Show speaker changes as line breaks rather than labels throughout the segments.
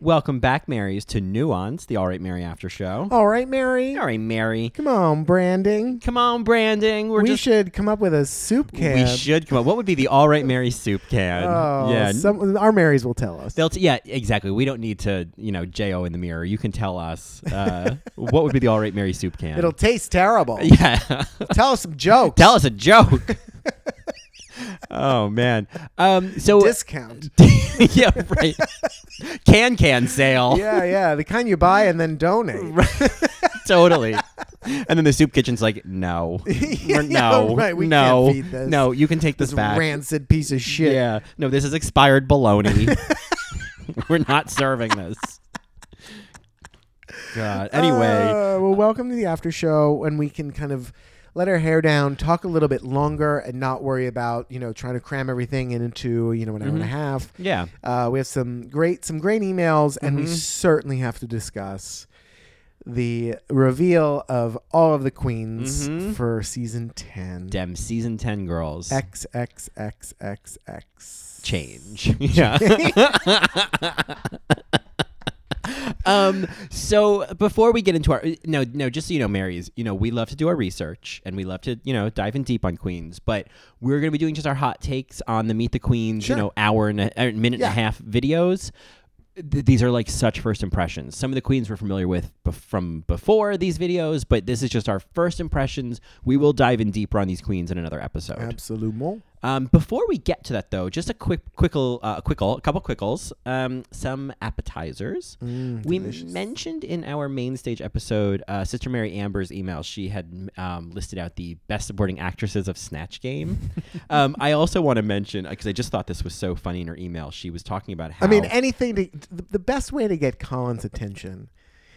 Welcome back, Marys, to Nuance, the All Right Mary After Show.
All right, Mary.
Oh. All right, Mary.
Come on, branding.
Come on, branding. We're
we
just.
should come up with a soup can.
We should come up. What would be the All Right Mary soup can?
Oh,
yeah.
some- our Marys will tell us.
They'll t- yeah, exactly. We don't need to, you know, J.O. in the mirror. You can tell us uh, what would be the All Right Mary soup can.
It'll taste terrible.
yeah.
tell us some jokes.
tell us a joke. oh, man. Um, so.
Discount.
yeah, right. Can can sale.
yeah, yeah. The kind you buy and then donate.
totally. And then the soup kitchen's like, no,
Yeah,
We're- no,
right, we
no,
can't feed this.
no, you can take this,
This
back.
rancid piece of shit.
Yeah, no, this is expired bologna. We're not serving this. God. Anyway,
Uh, well, welcome to the after show, and we can kind of let our hair down, talk a little bit longer, and not worry about you know trying to cram everything in into you know an hour and a
Mm-hmm.
half.
yeah,
Uh, we have some great some great emails, and
Mm-hmm.
we certainly have to discuss the reveal of all of the queens
Mhm.
for season ten.
dem season ten girls
X X X X X.
change. Yeah. um so before we get into our no no just so you know Mary's you know we love to do our research and we love to you know dive in deep on queens but we're going to be doing just our hot takes on the meet the queens
Sure.
you know hour and a uh, minute
Yeah.
and a half videos Th- these are like such first impressions some of the queens we're familiar with bef- from before these videos but this is just our first impressions we will dive in deeper on these queens in another episode
Absolument.
um, before we get to that, though, just a quick, quickle, uh, quickle, a couple quickles, um, some appetizers.
Mm,
we mentioned in our main stage episode, uh, Sister Mary Amber's email. She had um, listed out the best supporting actresses of Snatch Game. um, I also want to mention because I just thought this was so funny in her email. She was talking about how
I mean, anything to the, the best way to get Colin's attention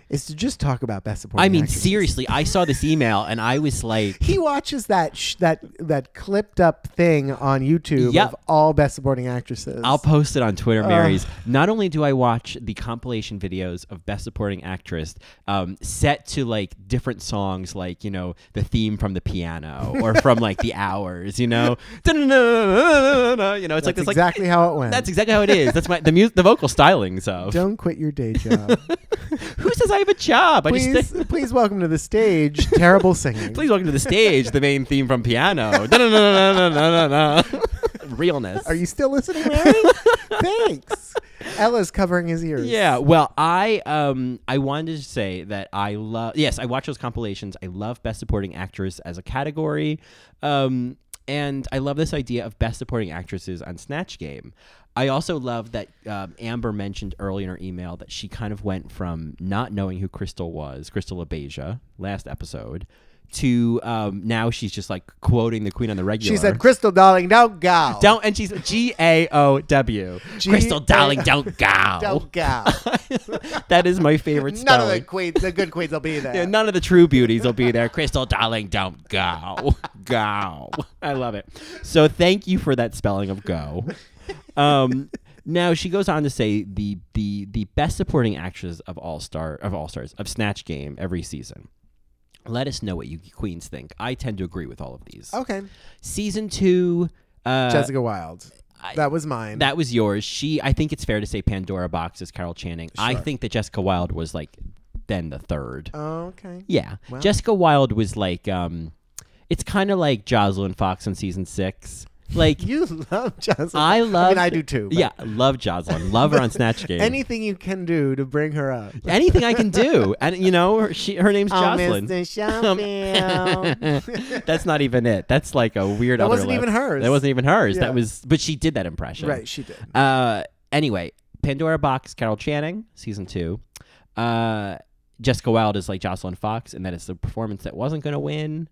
is to just talk about best supporting.
I mean,
actresses.
seriously, I saw this email and I was like,
He watches that sh- that that clipped up thing on YouTube
Yep.
of all best supporting actresses.
I'll post it on Twitter, Marys. Not only do I watch the compilation videos of Best Supporting Actress um, set to like different songs, like, you know, the theme from the piano or from like the hours, you know? You know, it's like
That's
this, like,
exactly how it went.
that's exactly how it is. That's my, the mu- the vocal stylings of.
Don't quit your day job.
Who says I have a job? I
please,
just.
please welcome to the stage. Terrible singing.
Please welcome to the stage, the main theme from piano. Da-na-na-na-na-na-na-na. Realness.
Are you still listening, Mary? Thanks. Ella's covering his ears.
Yeah, well, I um I wanted to say that I love yes, I watch those compilations. I love best supporting actress as a category. Um and I love this idea of best supporting actresses on Snatch Game. I also love that um, Amber mentioned early in her email that she kind of went from not knowing who Crystal was, Crystal Abasia, last episode, to um, now she's just like quoting the Queen on the regular.
She said, "Crystal, darling, don't go.
"Don't," and she's G A O W.
G-
Crystal, darling, don't go.
don't go.
that is my favorite
None of the
spelling.
queens, the good queens, will be there.
Yeah, none of the true beauties will be there. Crystal, darling, don't go. Go. I love it. So thank you for that spelling of go. Um, now she goes on to say the the the best supporting actress of all star of all stars of Snatch Game every season. Let us know what you queens think. I tend to agree with all of these.
Okay,
Uh, Season two. Uh,
Jessica Wilde.
I-
that was mine.
that was yours. She, I think it's fair to say Pandora Box is Carol Channing. I think that Jessica Wilde was like then the third.
Uh, okay.
Yeah. Jessica Wilde was like, um, it's kind of like Jocelyn Fox in season six. Like,
You love Jessica.
I love.
I mean, I do too. but
Yeah, love Jocelyn. Love her on Snatch Game.
Anything you can do to bring her up.
Anything I can do. And, you know, her, she, her name's Jocelyn.
Mr. Sheffield.
That's not even it. That's like a weird
That
other
wasn't
lip.
even hers.
That wasn't even hers.
Yeah.
That was, but she did that impression.
right, she did.
Uh, anyway, Pandora Box, Carol Channing, season two. Uh, Jessica Wilde is like Jocelyn Fox, and that is the performance that wasn't going to win,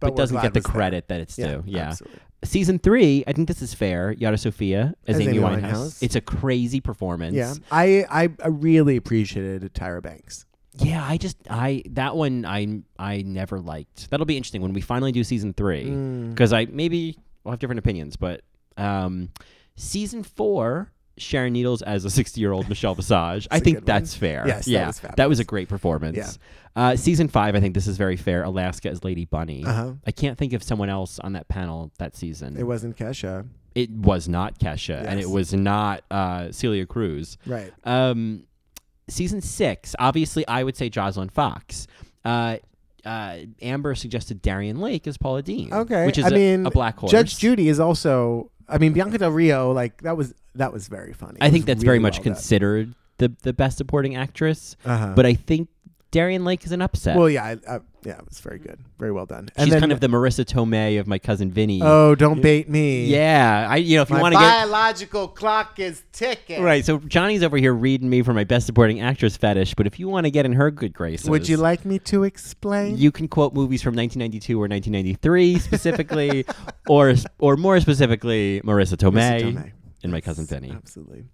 But
but,
we're
doesn't
glad
get the
it's there.
credit that it's due. Yeah.
absolutely.
Season three, I think this is fair. Yara Sophia as, Amy, Winehouse. It's a crazy performance.
Yeah, I, I I really appreciated Tyra Banks.
Yeah, I just I that one I I never liked. That'll be interesting when we finally do season three
Mm.
because I maybe we'll have different opinions. But um, season four, Sharon Needles as a sixty-year-old Michelle Visage. I
That's a
think
good one.
that's fair.
Yes, that
yeah,
was
that,
fabulous.
was a great performance.
Yeah.
Uh, season five, I think this is very fair. Alaska as Lady Bunny.
Uh huh.
I can't think of someone else on that panel that season.
It wasn't Kesha.
It was not Kesha, and
Yes.
it was not uh, Celia Cruz.
Right.
Um, season six, obviously, I would say Jocelyn Fox. Uh, uh, Amber suggested Darian Lake as Paula Dean.
Okay,
which is
I
a
mean,
a black horse.
Judge Judy is also. I mean, Bianca Del Rio, like that was that was very funny.
I
It
think
was
that's
really
very much
well done.
considered the the best supporting actress,
Uh-huh.
but I think Darian Lake is an upset.
well, yeah, I, I, yeah, it was very good, very well done. And
She's
then,
kind of the Marissa Tomei of my cousin Vinny.
oh, don't bait me.
yeah, I you know if you
My
want to get
biological clock is ticking.
right, so Johnny's over here reading me for my best supporting actress fetish, but if you want to get in her good graces,
Would you like me to explain?
You can quote movies from 1992 or 1993 specifically, or or more specifically, Marissa Tomei,
Marissa Tomei.
and my cousin Vinny.
Absolutely.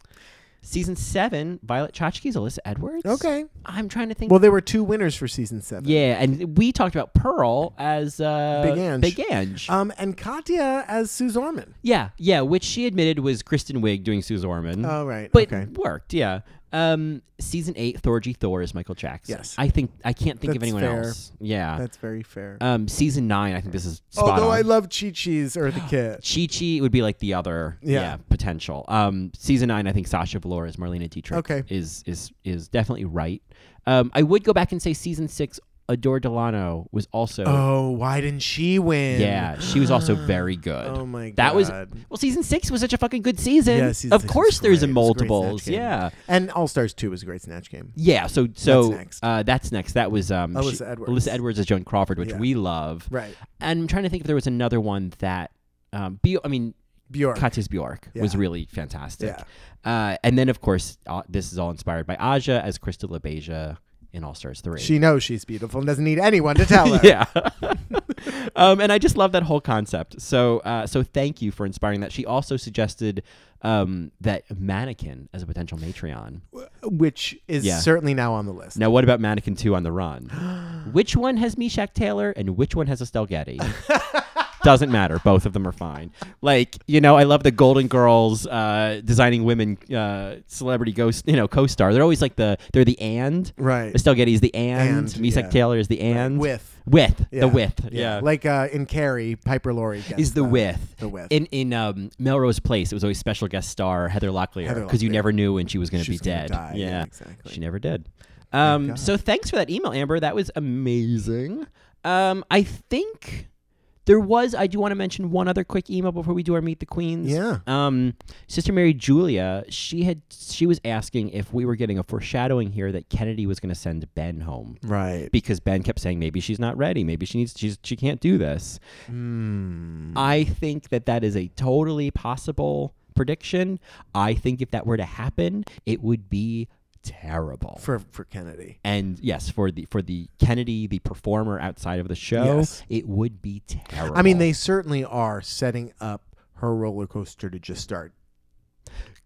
Season seven, Violet Chachki's Alyssa Edwards.
Okay.
I'm trying to think.
Well, there were two winners for season seven.
yeah, and we talked about Pearl as uh,
Big Ange.
Big Ange.
Um, and Katya as Suze Orman.
yeah, yeah, which she admitted was Kristen Wiig doing Suze Orman.
Oh,
Mm-hmm.
right.
but
okay.
worked, yeah. Um, season eight, Thorgy Thor is Michael Jackson.
Yes.
I think I can't think of
That's
anyone
fair.
else. Yeah.
That's very fair.
Um, season nine, I think this is spot
Although
on.
I love Chi Chi's or the Kid.
Chi Chi would be like the other
Yeah.
yeah. potential. Um season nine, I think Sasha Valor is Marlena Dietrich
Okay.
is is is definitely right. Um I would go back and say season six, Adore Delano was also
Oh, why didn't she win?
Yeah, she was also very good.
Oh my god.
that was well season six was such a fucking good season.
Yeah, season
of
six
course
was
there's a
great. It was a great snatch
multiples.
game.
yeah.
And All Stars Two was a great snatch game.
Yeah. So so
That's next.
uh that's next. That was um
Alyssa Edwards.
Alyssa Edwards as Joan Crawford, which
Yeah.
we love.
Right.
And I'm trying to think if there was another one that um Bio- I mean
Bjork.
Katis Bjork was
Yeah.
really fantastic.
Yeah.
Uh, and then, of course, uh, this is all inspired by Aja as Krista LaBeija in All Stars 3.
She knows she's beautiful and doesn't need anyone to tell her.
yeah. um, and I just love that whole concept. So, uh, so thank you for inspiring that. She also suggested um, that Mannequin as a potential Matreon.
Which is
Yeah.
certainly now on the list.
Now, what about Mannequin 2 on the Run? which one has Meshack Taylor and which one has Estelle Getty? Doesn't matter. Both of them are fine. Like, you know, I love the Golden Girls uh, designing women uh, celebrity ghost, you know, co star. They're always like the, they're the and.
Right.
Estelle Getty is the and.
And,
Misak
yeah.
Taylor is the and.
With.
With.
Yeah.
The with. Yeah.
Like uh, in Carrie, Piper Laurie gets
is the
that.
with.
The with.
In, in um, Melrose Place, it was always special guest star Heather Locklear
Heather
because you
Locklear.
never knew when she was going to
She
be
was gonna
dead.
die. Yeah,
Yeah.
exactly.
She never did. Um,
God.
so thanks for that email, Amber. That was amazing. Um, I think there was, I do want to mention one other quick email before we do our Meet the Queens.
Yeah.
Um, Sister Mary Julia, she had she was asking if we were getting a foreshadowing here that Kennedy was going to send Ben home
Right.
because Ben kept saying maybe she's not ready, maybe she needs she's, she can't do this.
Hmm.
I think that that is a totally possible prediction. I think if that were to happen, it would be terrible.
For for Kennedy.
and yes, for the for the Kennedy, the performer outside of the show,
Yes.
it would be terrible.
I mean, they certainly are setting up her roller coaster to just start.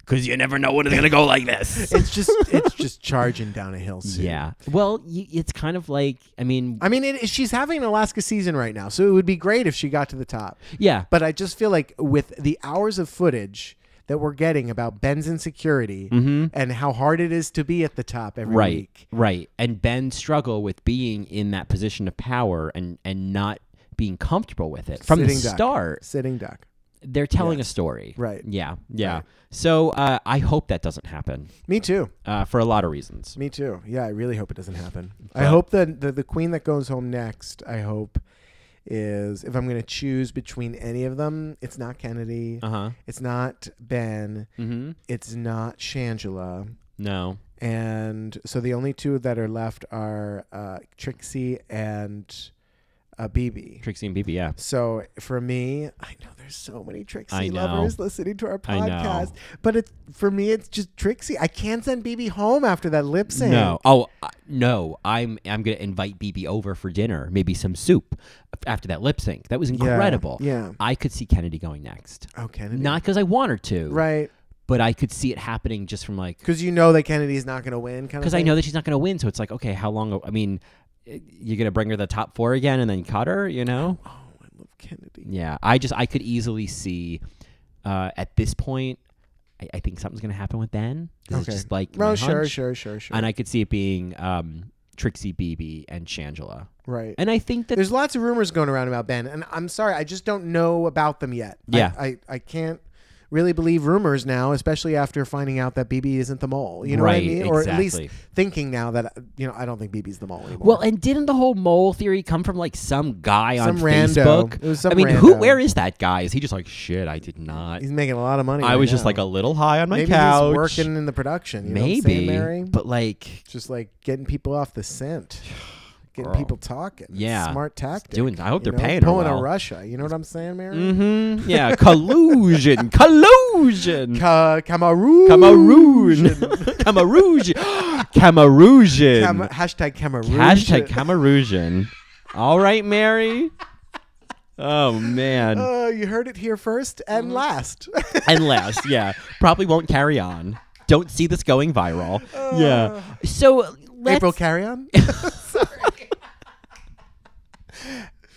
because you never know when it's gonna go like this.
It's just it's just charging down a hill soon.
yeah. Well, y it's kind of like I mean,
I mean, it, she's having an Alaska season right now, so it would be great if she got to the top.
yeah.
But I just feel like with the hours of footage that we're getting about Ben's insecurity and how hard it is to be at the top every
Mm-hmm. right
week,
right and ben struggle with being in that position of power and and not being comfortable with it from the
Sitting duck.
start
sitting duck.
they're telling a story
Right.
yeah yeah so uh, i hope that doesn't happen
Me too.
uh, for a lot of reasons
Me too. Yeah, I really hope it doesn't happen. I hope that the, the queen that goes home next, I hope, is if I'm going to choose between any of them, it's not Kennedy.
uh-huh
It's not Ben.
mm-hmm
It's not Shangela.
no
And so the only two that are left are uh, Trixie and uh, BB.
trixie and bb yeah
So for me, I know there's so many Trixie
I know.
lovers listening to our
I know.
podcast, but it's for me, it's just Trixie. I can't send BB home after that lip sync.
no oh uh, no i'm i'm gonna invite bb over for dinner maybe some soup after that lip sync that was incredible
yeah.
i could see kennedy going next
Oh, Kennedy.
not because i want her to
Right.
but i could see it happening just from like
Because you know that Kennedy's not going to win. Kind of.
because I know that she's not going to win. So it's like, okay, how long? I mean, eh, you're going to bring her to the top four again and then cut her, you know?
Oh, I love Kennedy.
Yeah. I just, I could easily see uh, at this point, I, I think something's going to happen with Ben. This is
Okay.
just like,
No,
my
Oh, sure,
hunch.
sure, sure, sure.
And I could see it being um, Trixie Beebe and Shangela.
right.
And I think that,
There's lots of rumors going around about Ben, and I'm sorry, I just don't know about them yet. I-
Yeah.
I, I, can't really believe rumors now, especially after finding out that BB isn't the mole. You know what I
Right,
mean? Or at least
exactly.
thinking now that you know I don't think BB's the mole anymore.
Well, and didn't the whole mole theory come from like some guy on
Some rando.
Facebook?
It was some
I mean, who?
rando.
Where is that guy? Is he just like shit? I did not.
he's making a lot of money.
I
right
was just
now.
like a little high on my
maybe
couch.
he's working in the production. You know what I'm
Maybe,
saying, Mary?
but like
just like getting people off the scent, getting
Girl.
people talking. It's
Yeah.
smart tactic.
doing. I hope
you
they're
know?
paying
pulling
her
a
well.
Russia. You know what I'm saying, Mary?
Mm-hmm. Yeah, collusion, collusion.
Ca- Cameroon.
Cameroon. Cameroon. Cameroon.
Cam- hashtag Cameroon.
Hashtag Cameroon. All right, Mary. Oh, man.
Uh, you heard it here first and
Mm.
last.
And last, yeah. Probably won't carry on. Don't see this going viral. Yeah. So let's.
April carry on.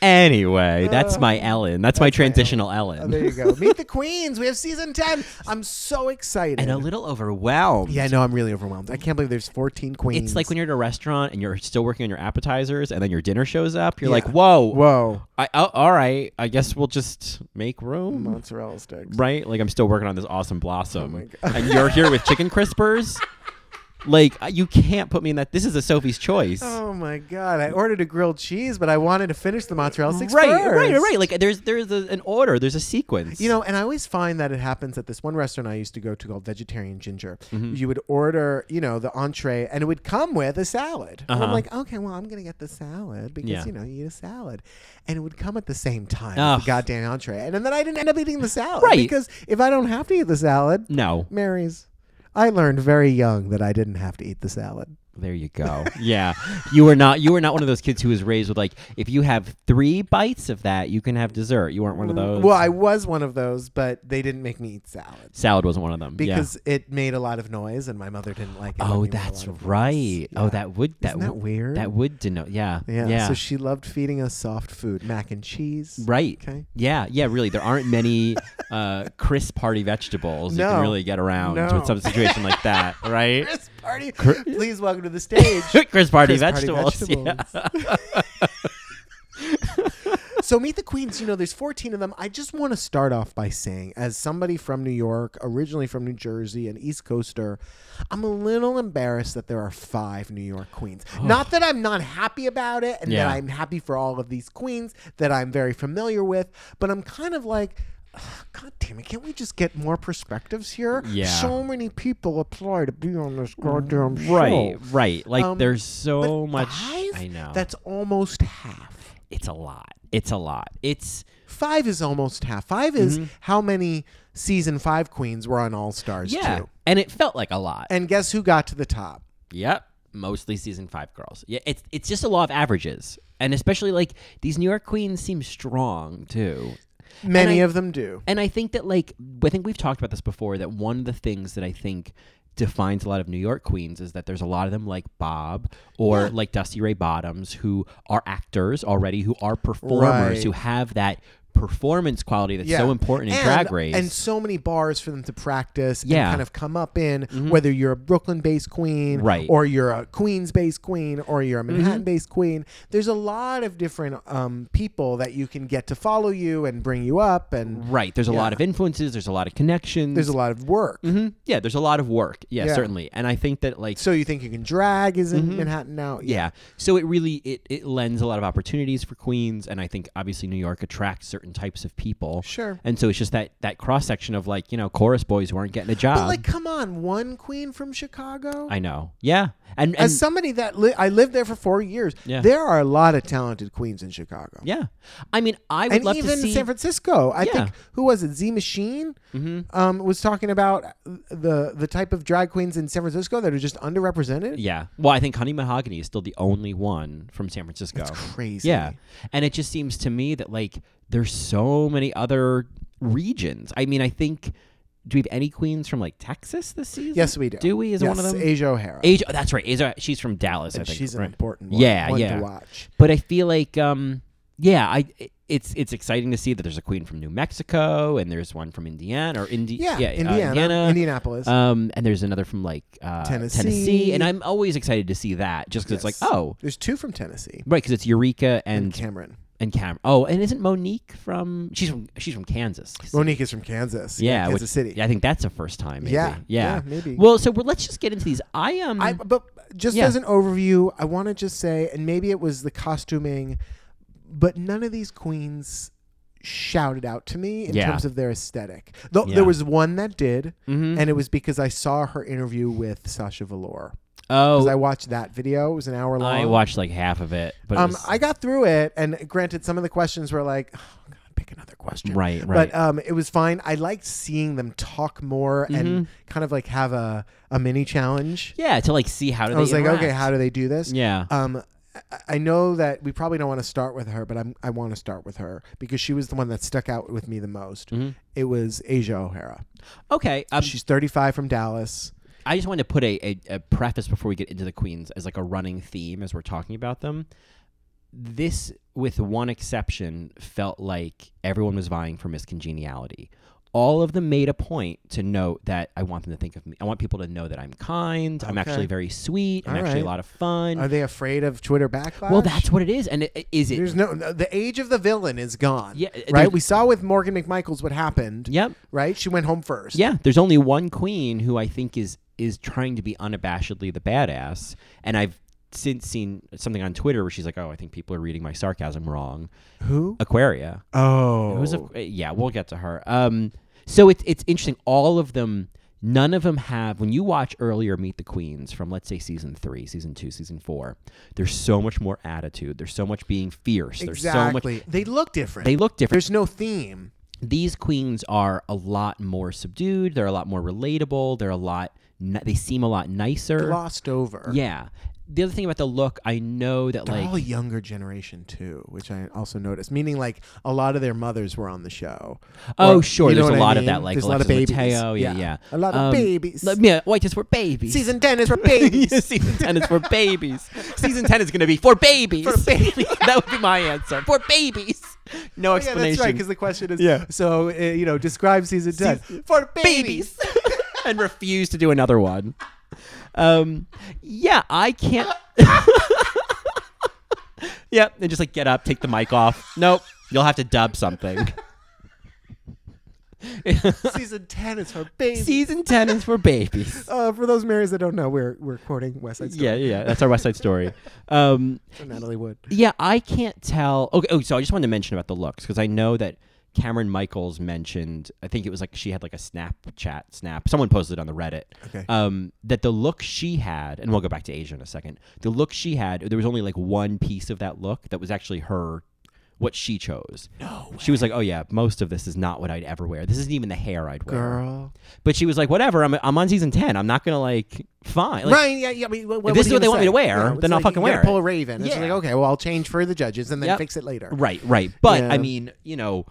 anyway, that's my Ellen. Uh, That's my transitional
Oh,
Ellen.
there you go. Meet the Queens. We have season ten. I'm so excited.
and a little overwhelmed.
yeah, no, I'm really overwhelmed. I can't believe there's 14 queens.
It's like when you're at a restaurant and you're still working on your appetizers, and then your dinner shows up. You're like,
Yeah.
"Whoa,
whoa,
I, oh, all right. I guess we'll just make room,
mozzarella sticks.
right? Like I'm still working on this awesome blossom,
Oh my God.
and you're here with chicken crispers. Like uh, you can't put me in that. This is a Sophie's choice,
Oh my god! I ordered a grilled cheese, but I wanted to finish the mozzarella sticks
right? Right?
first.
Right? Like there's there's a, an order. There's a sequence.
You know, and I always find that it happens at this one restaurant I used to go to called Vegetarian Ginger.
Mm-hmm.
You would order, you know, the entree, and it would come with a salad. And I'm
Uh-huh.
like, okay, well, I'm gonna get the salad because
Yeah.
you know you eat a salad, and it would come at the same time as
Ugh.
the goddamn entree, and, then I didn't end up eating the salad
Right.
because if I don't have to eat the salad,
no.
Mary's. I learned very young that I didn't have to eat the salad.
There you go. yeah, you were not you were not one of those kids who was raised with like if you have three bites of that, you can have dessert. You weren't one of those.
Mm, Well, I was one of those, but they didn't make me eat salad.
salad wasn't one of them. Yeah.
because it made a lot of noise and my mother didn't like it. when
Oh,
we made a
that's
lot of noise.
right. Oh,
Yeah.
that would that,
Isn't that
would-
weird?
That would denote. Yeah.
yeah. So she loved feeding us soft food, mac and cheese.
right.
Okay.
Yeah. Yeah. Really, there aren't many uh, crisp party vegetables you
No.
can really get around
No.
with some situation like that, right?
Chris party. Please welcome to the stage.
crisp party
Chris
vegetables.
vegetables. so meet the queens. You know, there's 14 of them. I just want to start off by saying, as somebody from New York, originally from New Jersey, an East Coaster, I'm a little embarrassed that there are five New York queens. Not that I'm not happy about it, and
Yeah.
that I'm happy for all of these queens that I'm very familiar with, but I'm kind of like. "Ugh, God damn it! Can't we just get more perspectives here?
Yeah.
So many people apply to be on this goddamn show.
Right. Right. Like
Um,
there's
But
so much.
Five?
I know.
That's almost half.
it's a lot. It's a lot. It's
Five is almost half. Five is
Mm-hmm.
how many season five queens were on All Stars
yeah,
too.
and it felt like a lot.
And guess who got to the top?
Yep. Mostly season five girls. Yeah, it's it's just a law of averages. And especially like these New York queens seem strong too.
Many
I-
of them do.
And I think that like I think we've talked about this before that one of the things that I think defines a lot of New York queens is that there's a lot of them like Bob or like Dusty Ray Bottoms who are actors already who are performers
Right.
who have that performance quality that's
Yeah.
so important in
and,
drag race.
And so many bars for them to practice and
Yeah. Mm-hmm.
kind of come up in, whether you're a Brooklyn based queen
Right. Mm-hmm.
or you're a Queens based queen or you're a Manhattan based queen. There's a lot of different um, people that you can get to follow you and bring you up and
right, there's a lot of influences, there's a lot of connections.
there's a lot of work.
Mhm. Yeah, there's a lot of work. Yeah,
Yeah.
certainly. And I think that like
So you think you can drag is in Manhattan now?
Mm-hmm. yeah so it really it, it lends a lot of opportunities for queens and i think obviously new york attracts certain types of people
Sure.
and so it's just that that cross section of like you know chorus boys who aren't getting a job
But like, come on, one queen from Chicago.
i know yeah and, and
As somebody that li- I lived there for four years,
Yeah.
there are a lot of talented queens in Chicago.
yeah i mean i would
And
love
even
to see
San Francisco, I
Yeah. Mm-hmm.
think who was it? Z Machine um, was talking about the the type of drag queens in San Francisco that are just underrepresented.
yeah well i think honey mahogany is still the only one from san francisco
Crazy.
yeah and it just seems to me that like there's so many other regions i mean i think do we have any queens from like texas this season
Yes, we do.
do we is one of
Yes,
them
Asia O'Hara.
Age. Oh, that's right. Asia. She's from Dallas. I
And
think.
she's an
right.
important one,
Yeah,
one
yeah.
to watch.
But I feel like, um, yeah, I. It's it's exciting to see that there's a queen from New Mexico and there's one from Indiana or Indi-
Yeah,
uh,
Indiana,
Indiana.
Indianapolis.
Um, and there's another from like uh,
Tennessee.
Tennessee, and I'm always excited to see that just because it's
Yes.
like, oh,
There's two from Tennessee
right, because it's Eureka and and,
Cameron.
and Cameron. Oh, and isn't Monique from? She's from she's from Kansas.
Monique is from Kansas.
yeah,
Kansas
which-
City.
I think that's a first time. Maybe.
Yeah,
yeah,
yeah, maybe.
Well, so we're, let's just get into these. I Um,
I but just
Yeah.
as an overview, I want to just say, and maybe it was the costuming, but none of these queens shouted out to me in
Yeah.
terms of their aesthetic. Though
Yeah.
there was one that did,
Mhm.
and it was because I saw her interview with Sasha Velour.
oh,
Because I watched that video; it was an hour long.
I watched like half of it, but it
Um,
was-
I got through it, and granted, some of the questions were like, oh, God, "Pick another question."
right, right.
But um, it was fine. I liked seeing them talk more and kind of like have a, a mini challenge.
Mm-hmm. yeah, to like see how do
I was
they
like,
interact.
okay, how do they do this?
yeah,
Um, I- I know that we probably don't want to start with her, but I'm, I want to start with her because she was the one that stuck out with me the most. It was Asia O'Hara.
Mm-hmm. okay. Um,
She's 35 from Dallas.
I just wanted to put a, a, a preface before we get into the queens as like a running theme as we're talking about them. This, with one exception, felt like everyone was vying for Miss Congeniality. All of them made a point to note that I want them to think of me. I want people to know that I'm kind. I'm actually
Okay.
very sweet. I'm
All
actually a
right.
lot of fun.
Are they afraid of Twitter backlash?
well, that's what it is. And it, is it?
There's no the age of the villain is gone.
Yeah, there's-
right. We saw with Morgan McMichaels what happened.
Yep.
Right. She went home first.
Yeah, there's only one queen who I think is is trying to be unabashedly the badass, and I've since seen something on Twitter where she's like, "Oh, I think people are reading my sarcasm wrong."
Who?
Aquaria,
Oh.
who's a, eh, yeah, we'll get to her. Um, so it's it's interesting. All of them, none of them have. When you watch earlier Meet the Queens from let's say season three, season two, season four, there's so much more attitude. There's so much being fierce. There's so much.
Exactly. They look different.
They look different.
There's no theme.
these queens are a lot more subdued. They're a lot more relatable. They're a lot. Ni- they seem a lot nicer.
Glossed over.
Yeah. The other thing about the look, I know that
They're
like
all younger generation too, which I also noticed. Meaning, like a lot of their mothers were on the show.
oh
Or-
sure,
you know
there's a
what I
lot of
mean?
that like
there's a lot of
Alexis
babies.
Mateo, yeah, yeah,
a lot of
Um,
babies.
Let me, white is for babies.
Season ten is for babies.
Yeah, season ten is for babies. Season ten is going to be for babies.
For babies.
that would be my answer. For babies. No
Oh, yeah,
explanation.
that's right. Because the question is,
Yeah.
So uh, you know, describe season ten for babies.
babies and refuse to do another one. Um, yeah, I can't. yeah, and just like get up, take the mic off. Nope, you'll have to dub something.
season ten is for babies.
Season 10 is for babies.
uh, for those Marys that don't know, we're we're quoting West Side Story.
Yeah, yeah, yeah, that's our West Side Story. Um,
from Natalie Wood.
yeah, I can't tell. Okay, oh, so I just wanted to mention about the looks because I know that Cameron Michaels mentioned. I think it was like she had like a Snapchat snap. Someone posted it on the Reddit.
Okay.
um, that the look she had, and we'll go back to Asia in a second. The look she had, there was only like one piece of that look that was actually her, what she chose.
No
She was like, "Oh yeah, most of this is not what I'd ever wear. This isn't even the hair I'd wear."
girl.
But she was like, "Whatever. I'm, I'm on season ten. I'm not gonna like fine. Like,
right? Yeah. yeah I mean, what, what
this is
are you
what they
gonna
want me to
say?
wear,
it's
then I'll
like,
fucking
you gotta
wear it.
Pull a raven. It's
Yeah.
like okay, well, I'll change for the judges and then
Yep.
fix it later.
Right, right. But I
Yeah.
mean, you know,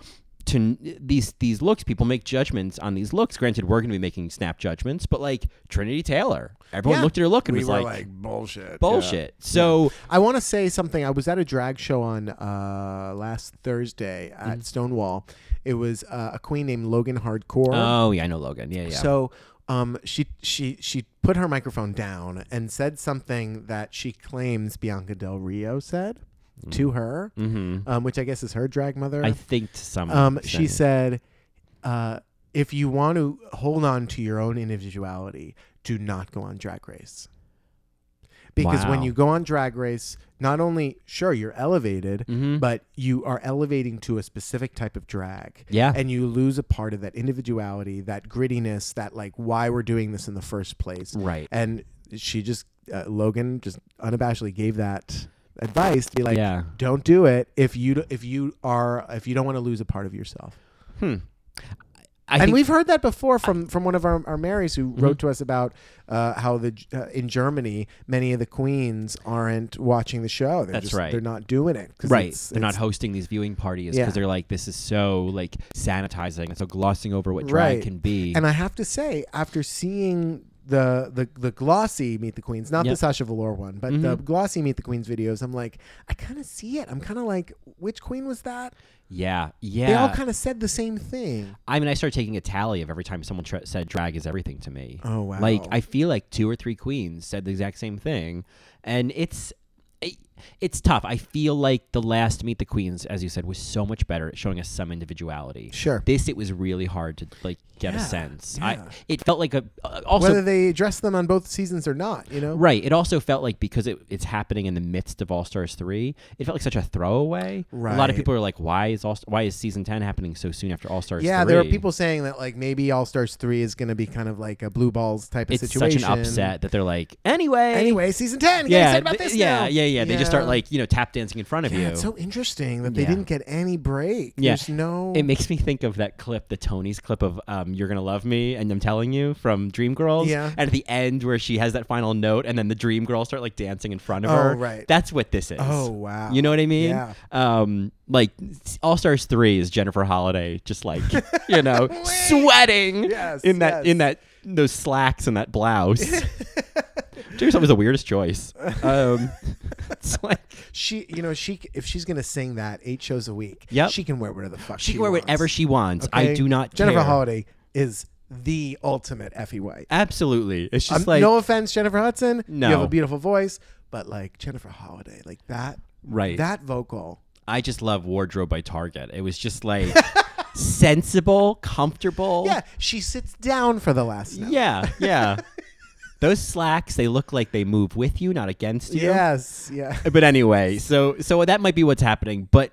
to n- these these looks, people make judgments on these looks. Granted, we're going to be making snap judgments, but like Trinity Taylor, everyone
Yeah.
looked at her look and
We
was
were
like,
like bullshit. Yeah.
bullshit. So
I want to say something. I was at a drag show on uh, last Thursday at
Mm.
Stonewall. It was uh, a queen named Logan Hardcore.
oh yeah, I know Logan. Yeah, yeah.
So um, she she she put her microphone down and said something that she claims Bianca Del Rio said to her, um, which I guess is her drag mother.
Mm. Mm-hmm. I think to some
um, she
extent.
said, uh, "If you want to hold on to your own individuality, do not go on Drag Race." Because when
Wow.
you go on Drag Race, not only sure you're elevated,
Mhm.
but you are elevating to a specific type of drag.
Yeah.
and you lose a part of that individuality, that grittiness, that like why we're doing this in the first place.
Right.
And she just uh, Logan just unabashedly gave that advice to be like,
Yeah.
don't do it if you if you are if you don't want to lose a part of yourself.
Hmm. I Mm-hmm.
and
think,
we've heard that before from from one of our, our Marys who wrote to us about uh, how the uh, in Germany many of the queens aren't watching the show. They're
That's
just,
right.
They're not doing it. 'cause
right.
it's-
they're not
it's-
hosting these viewing parties because
Yeah.
they're like, this is so like sanitizing and so glossing over what drag
Right.
can be.
And I have to say, after seeing the the, the glossy Meet the Queens, not
Yeah.
the Sasha Velour one, but the
Mm-hmm.
glossy Meet the Queens videos, I'm like, I kind of see it. I'm kind of like, which queen was that?
yeah, yeah.
They all kind of said the same thing.
I mean, I started taking a tally of every time someone tra- said drag is everything to me.
Oh, wow.
Like I feel like two or three queens said the exact same thing, and it's. I- it's tough. I feel like the last Meet the Queens, as you said, was so much better at showing us some individuality.
Sure.
This it was really hard to like get a
Yeah,
sense.
yeah.
I it felt like a uh, also
Whether they address them on both seasons or not, you know?
Right. It also felt like because it, it's happening in the midst of All Stars three, it felt like such a throwaway. A lot
Right.
of people are like, "Why is all? Why is season ten happening so soon after All Stars?"
Yeah, there are people saying that like maybe All Stars three is going to be kind of like a blue balls type of
It's
situation.
such an upset that they're like, "Anyway,
Anyway, season ten. Yeah,
yeah,
about
th-
this
yeah,
now.
yeah, yeah, They just start like you know tap dancing in front of
Yeah,
you.
it's so interesting that they
Yeah.
didn't get any break.
Yeah.
There's no.
it makes me think of that clip, the Tony's clip of um, "You're Gonna Love Me" and I'm telling you from Dreamgirls.
Yeah.
And at the end, where she has that final note, and then the Dream Girls start like dancing in front of
Oh,
her.
right.
That's what this is.
oh wow.
You know what I mean?
Yeah.
Um, like All Stars three is Jennifer Holiday just like you know sweating
Yes,
in that
yes.
in that those slacks and that blouse. James was the weirdest choice. Um, it's like
She, you know, she if she's gonna sing that eight shows a week,
Yep.
she can wear whatever the fuck
she
she,
can wear
wants.
whatever she wants. I
okay?
do not
Jennifer
care.
Holiday is the ultimate Effie White.
Absolutely, it's just
Um,
like
no offense, Jennifer Hudson.
No.
you have a beautiful voice, but like Jennifer Holiday, like that,
right.
that vocal.
I just love wardrobe by Target. It was just like sensible, comfortable.
Yeah, she sits down for the last note.
Oh. yeah, yeah. Those slacks, they look like they move with you, not against you.
Yes. Yeah.
but anyway, so so that might be what's happening. But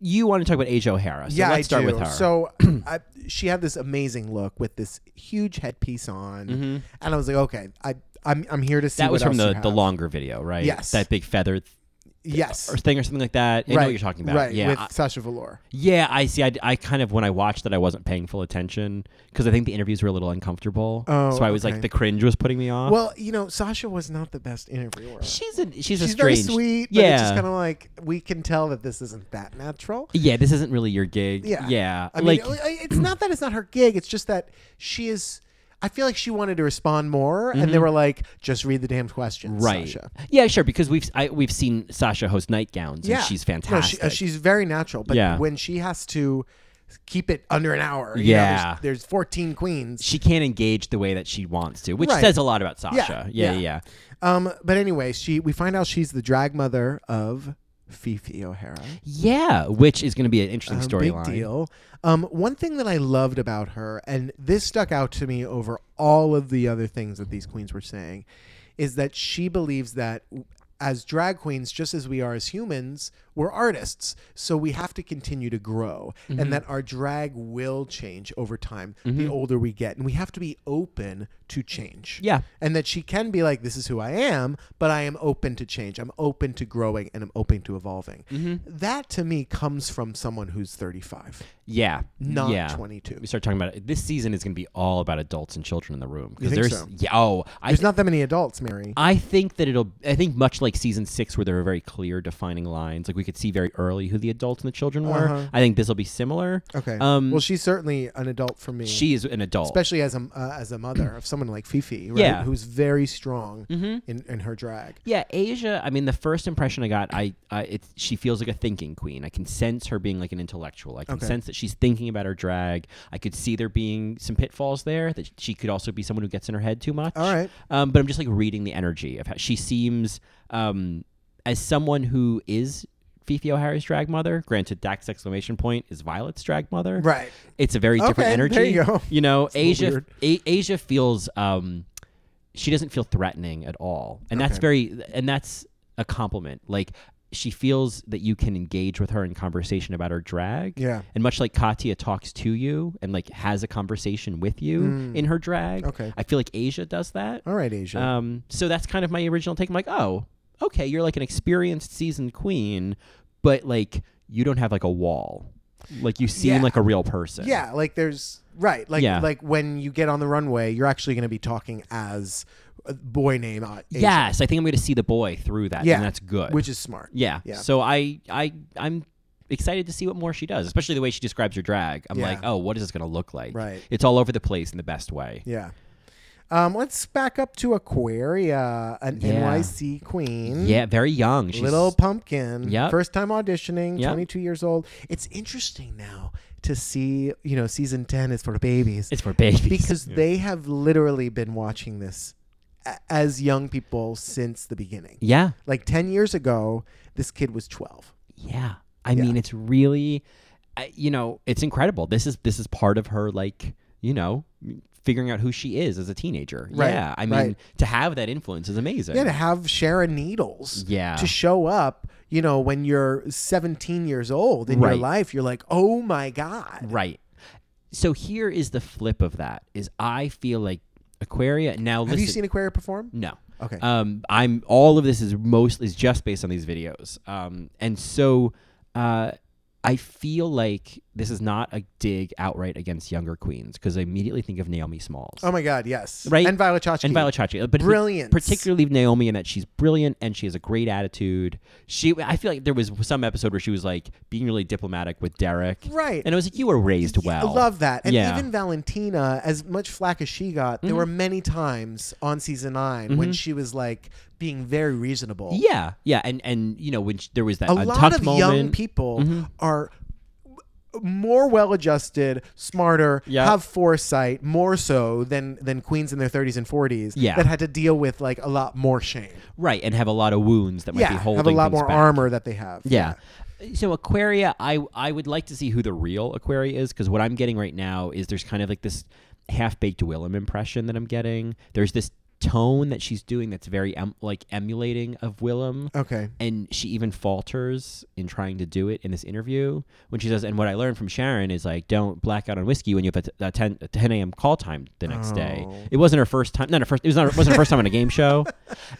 you want to talk about Asia O'Hara? So
yeah,
let's
I
start
do.
with her.
So I, she had this amazing look with this huge headpiece on, and I was like, okay, I I'm, I'm here to see
Mm-hmm. that was
what
from
else you
the the
have.
longer video, right?
Yes.
that big feather th-
Yes.
or thing or something like that. I know what you're talking about.
Right.
Yeah,
With
I- Uh-huh.
Sasha Velour.
yeah. I see. I, I kind of when I watched that, I wasn't paying full attention because I think the interviews were a little uncomfortable.
Oh,
so I was
okay.
like the cringe was putting me off.
Well, you know, Sasha was not the best interviewer.
she's a she's, a
She's very
strange,
sweet, but
yeah.
it's just kind of like we can tell that this isn't that natural.
yeah, this isn't really your gig.
Yeah.
yeah.
I
like
mean, I- it's not that it's not her gig. It's just that she is. I feel like she wanted to respond more, and they were like, "Just read the damn questions,
Mm-hmm. right.
Sasha."
Yeah, sure. Because we've I, we've seen Sasha host nightgowns, and she's
No, she-
fantastic.
uh, she's very natural, but
Yeah.
when she has to keep it under an hour, you know,
Yeah.
there's, there's 14 queens.
she can't engage the way that she wants to, which
Right.
says a lot about Sasha.
Yeah,
Yeah, yeah.
yeah. Um, but anyway, she we find out she's the drag mother of Fifi O'Hara.
Yeah, which is going to be an interesting
Um,
storyline.
Big deal. Um, one thing that I loved about her, and this stuck out to me over all of the other things that these queens were saying, is that she believes that w- as drag queens, just as we are as humans, we're artists. So we have to continue to grow,
Mm-hmm.
and that our drag will change over time the older we get. And we have to be open to change.
Yeah.
And that she can be like, this is who I am, but I am open to change. I'm open to growing and I'm open to evolving.
Mm-hmm.
That to me comes from someone who's 35,
Yeah.
not
yeah.
22.
We start talking about it. This season is going to be all about adults and children in the room.
You
because
think
there's
so?
yeah, oh, I
There's not that many adults, Mary.
I think that it'll I think much like season 6 where there were very clear defining lines, like we could see very early who the adults and the children were.
Uh-huh.
I think this will be similar.
Okay.
Um
well, she's certainly an adult for me.
she is an adult.
Especially as a uh, as a mother of someone like Fifi, right?
Yeah. Mm-hmm.
who's very strong in, in her drag.
Yeah, Asia. I mean, the first impression I got, I, I it's she feels like a thinking queen. I can sense her being like an intellectual. I can
Okay.
sense that she's thinking about her drag. I could see there being some pitfalls there. That she could also be someone who gets in her head too much.
All right.
Um, but I'm just like reading the energy of how she seems um, as someone who is Fifi O'Hara's drag mother. Granted, Dax exclamation point is Violet's drag mother
Right.
it's a very different
Okay, there
energy.
you go.
know,
a little
Asia
weird.
a- Asia feels um she doesn't feel threatening at all. And that's very and that's a compliment. Like she feels that you can engage with her in conversation about her drag.
Yeah.
And much like Katya talks to you and like has a conversation with you in her drag.
Mm. Okay.
I feel like Asia does that.
All right, Asia.
Um so that's kind of my original take. I'm like, oh, okay, you're like an experienced seasoned queen, but like you don't have like a wall. Like you seem
Yeah.
like a real person.
Yeah, like there's right, like
Yeah.
like when you get on the runway, you're actually going to be talking as a boy name. uh, Asian,
Yes, I think I'm going to see the boy through that,
Yeah,
and that's good.
which is smart.
yeah.
Yeah.
So I I I'm excited to see what more she does, especially the way she describes her drag. I'm
Yeah.
like, oh, what is this going to look like?
Right.
It's all over the place in the best way.
Yeah. Um, let's back up to Aquaria, an
Yeah.
NYC queen.
Yeah, very young. She's,
Little pumpkin.
Yep.
First time auditioning,
Yep.
22 years old. It's interesting now to see, you know, season 10 is for babies
It's for babies.
because they have literally been watching this a- as young people since the beginning.
Yeah.
Like 10 years ago, this kid was 12.
Yeah. I mean, it's really, I- you know, it's incredible. This is this is part of her, like, you know, figuring out who she is as a teenager.
Right,
Yeah. I mean,
right.
to have that influence is amazing.
Yeah, to have Sharon Needles
Yeah.
to show up, you know, when you're 17 years old in your
Right.
life, you're like, oh my God.
Right. So here is the flip of that: is I feel like Aquaria now.
Have
listen,
you seen Aquaria perform?
No.
Okay.
Um, I'm all of this is mostly is just based on these videos. Um, and so uh, I feel like this is not a dig outright against younger queens because I immediately think of Naomi Smalls.
Oh my God, yes.
Right.
And Violet Chachki.
and Violet Chachki, but
Brilliance.
particularly Naomi, in that she's brilliant and she has a great attitude. She, I feel like there was some episode where she was like being really diplomatic with Derek,
Right.
and I was like, "You were raised well."
I love that. And
Yeah. Mm-hmm.
even Valentina, as much flack as she got, there were many times on season 9 when she was like being very reasonable.
Yeah, yeah, and and you know when sh there was that
a
untucked
lot of
moment. Mm-hmm.
young people are more well-adjusted, smarter,
Yeah.
have foresight more so than than queens in their 30s and 40s
Yeah.
that had to deal with like a lot more shame.
right, and have a lot of wounds that might be
yeah,
holding
have a lot
things
more
back.
armor that they have.
Yeah. So Aquaria, I I would like to see who the real Aquaria is because what I'm getting right now is there's kind of like this half baked Willem impression that I'm getting. There's this tone that she's doing that's very em- like emulating of Willem.
Okay.
And she even falters in trying to do it in this interview when she says, and what I learned from Sharon is like, don't black out on whiskey when you have a, t- a 10, a 10 a.m. call time the next day.
Oh.
It wasn't her first time, not her first, it was not, wasn't her first time on a game show.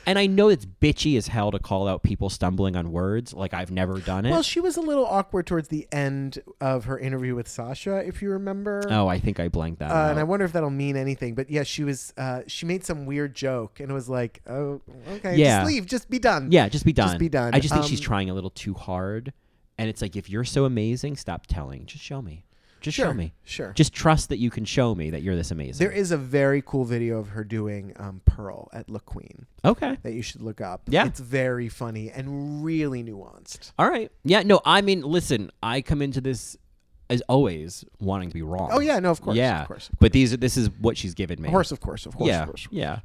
And I know it's bitchy as hell to call out people stumbling on words. Like I've never done it.
Well, she was a little awkward towards the end of her interview with Sasha, if you remember.
oh, I think I blanked that
Uh,
out.
and I wonder if that'll mean anything. But yeah, she was uh, she made some weird joke and it was like, oh, okay,
Yeah.
just leave, just be done.
yeah, just be done.
be done.
I just think she's
Um,
trying a little too hard. And it's like, if you're so amazing, stop telling. Just show me. Just
sure,
show me.
sure.
Just trust that you can show me that you're this amazing.
there is a very cool video of her doing um, Pearl at La Queen
okay.
that you should look up.
Yeah.
it's very funny and really nuanced.
All right. Yeah. No, I mean, listen, I come into this as always wanting to be wrong.
Oh yeah, no, of course,
yeah.
of course,
But these are, this is what she's given me.
of course, of course, of course,
yeah.
of course.
Yeah.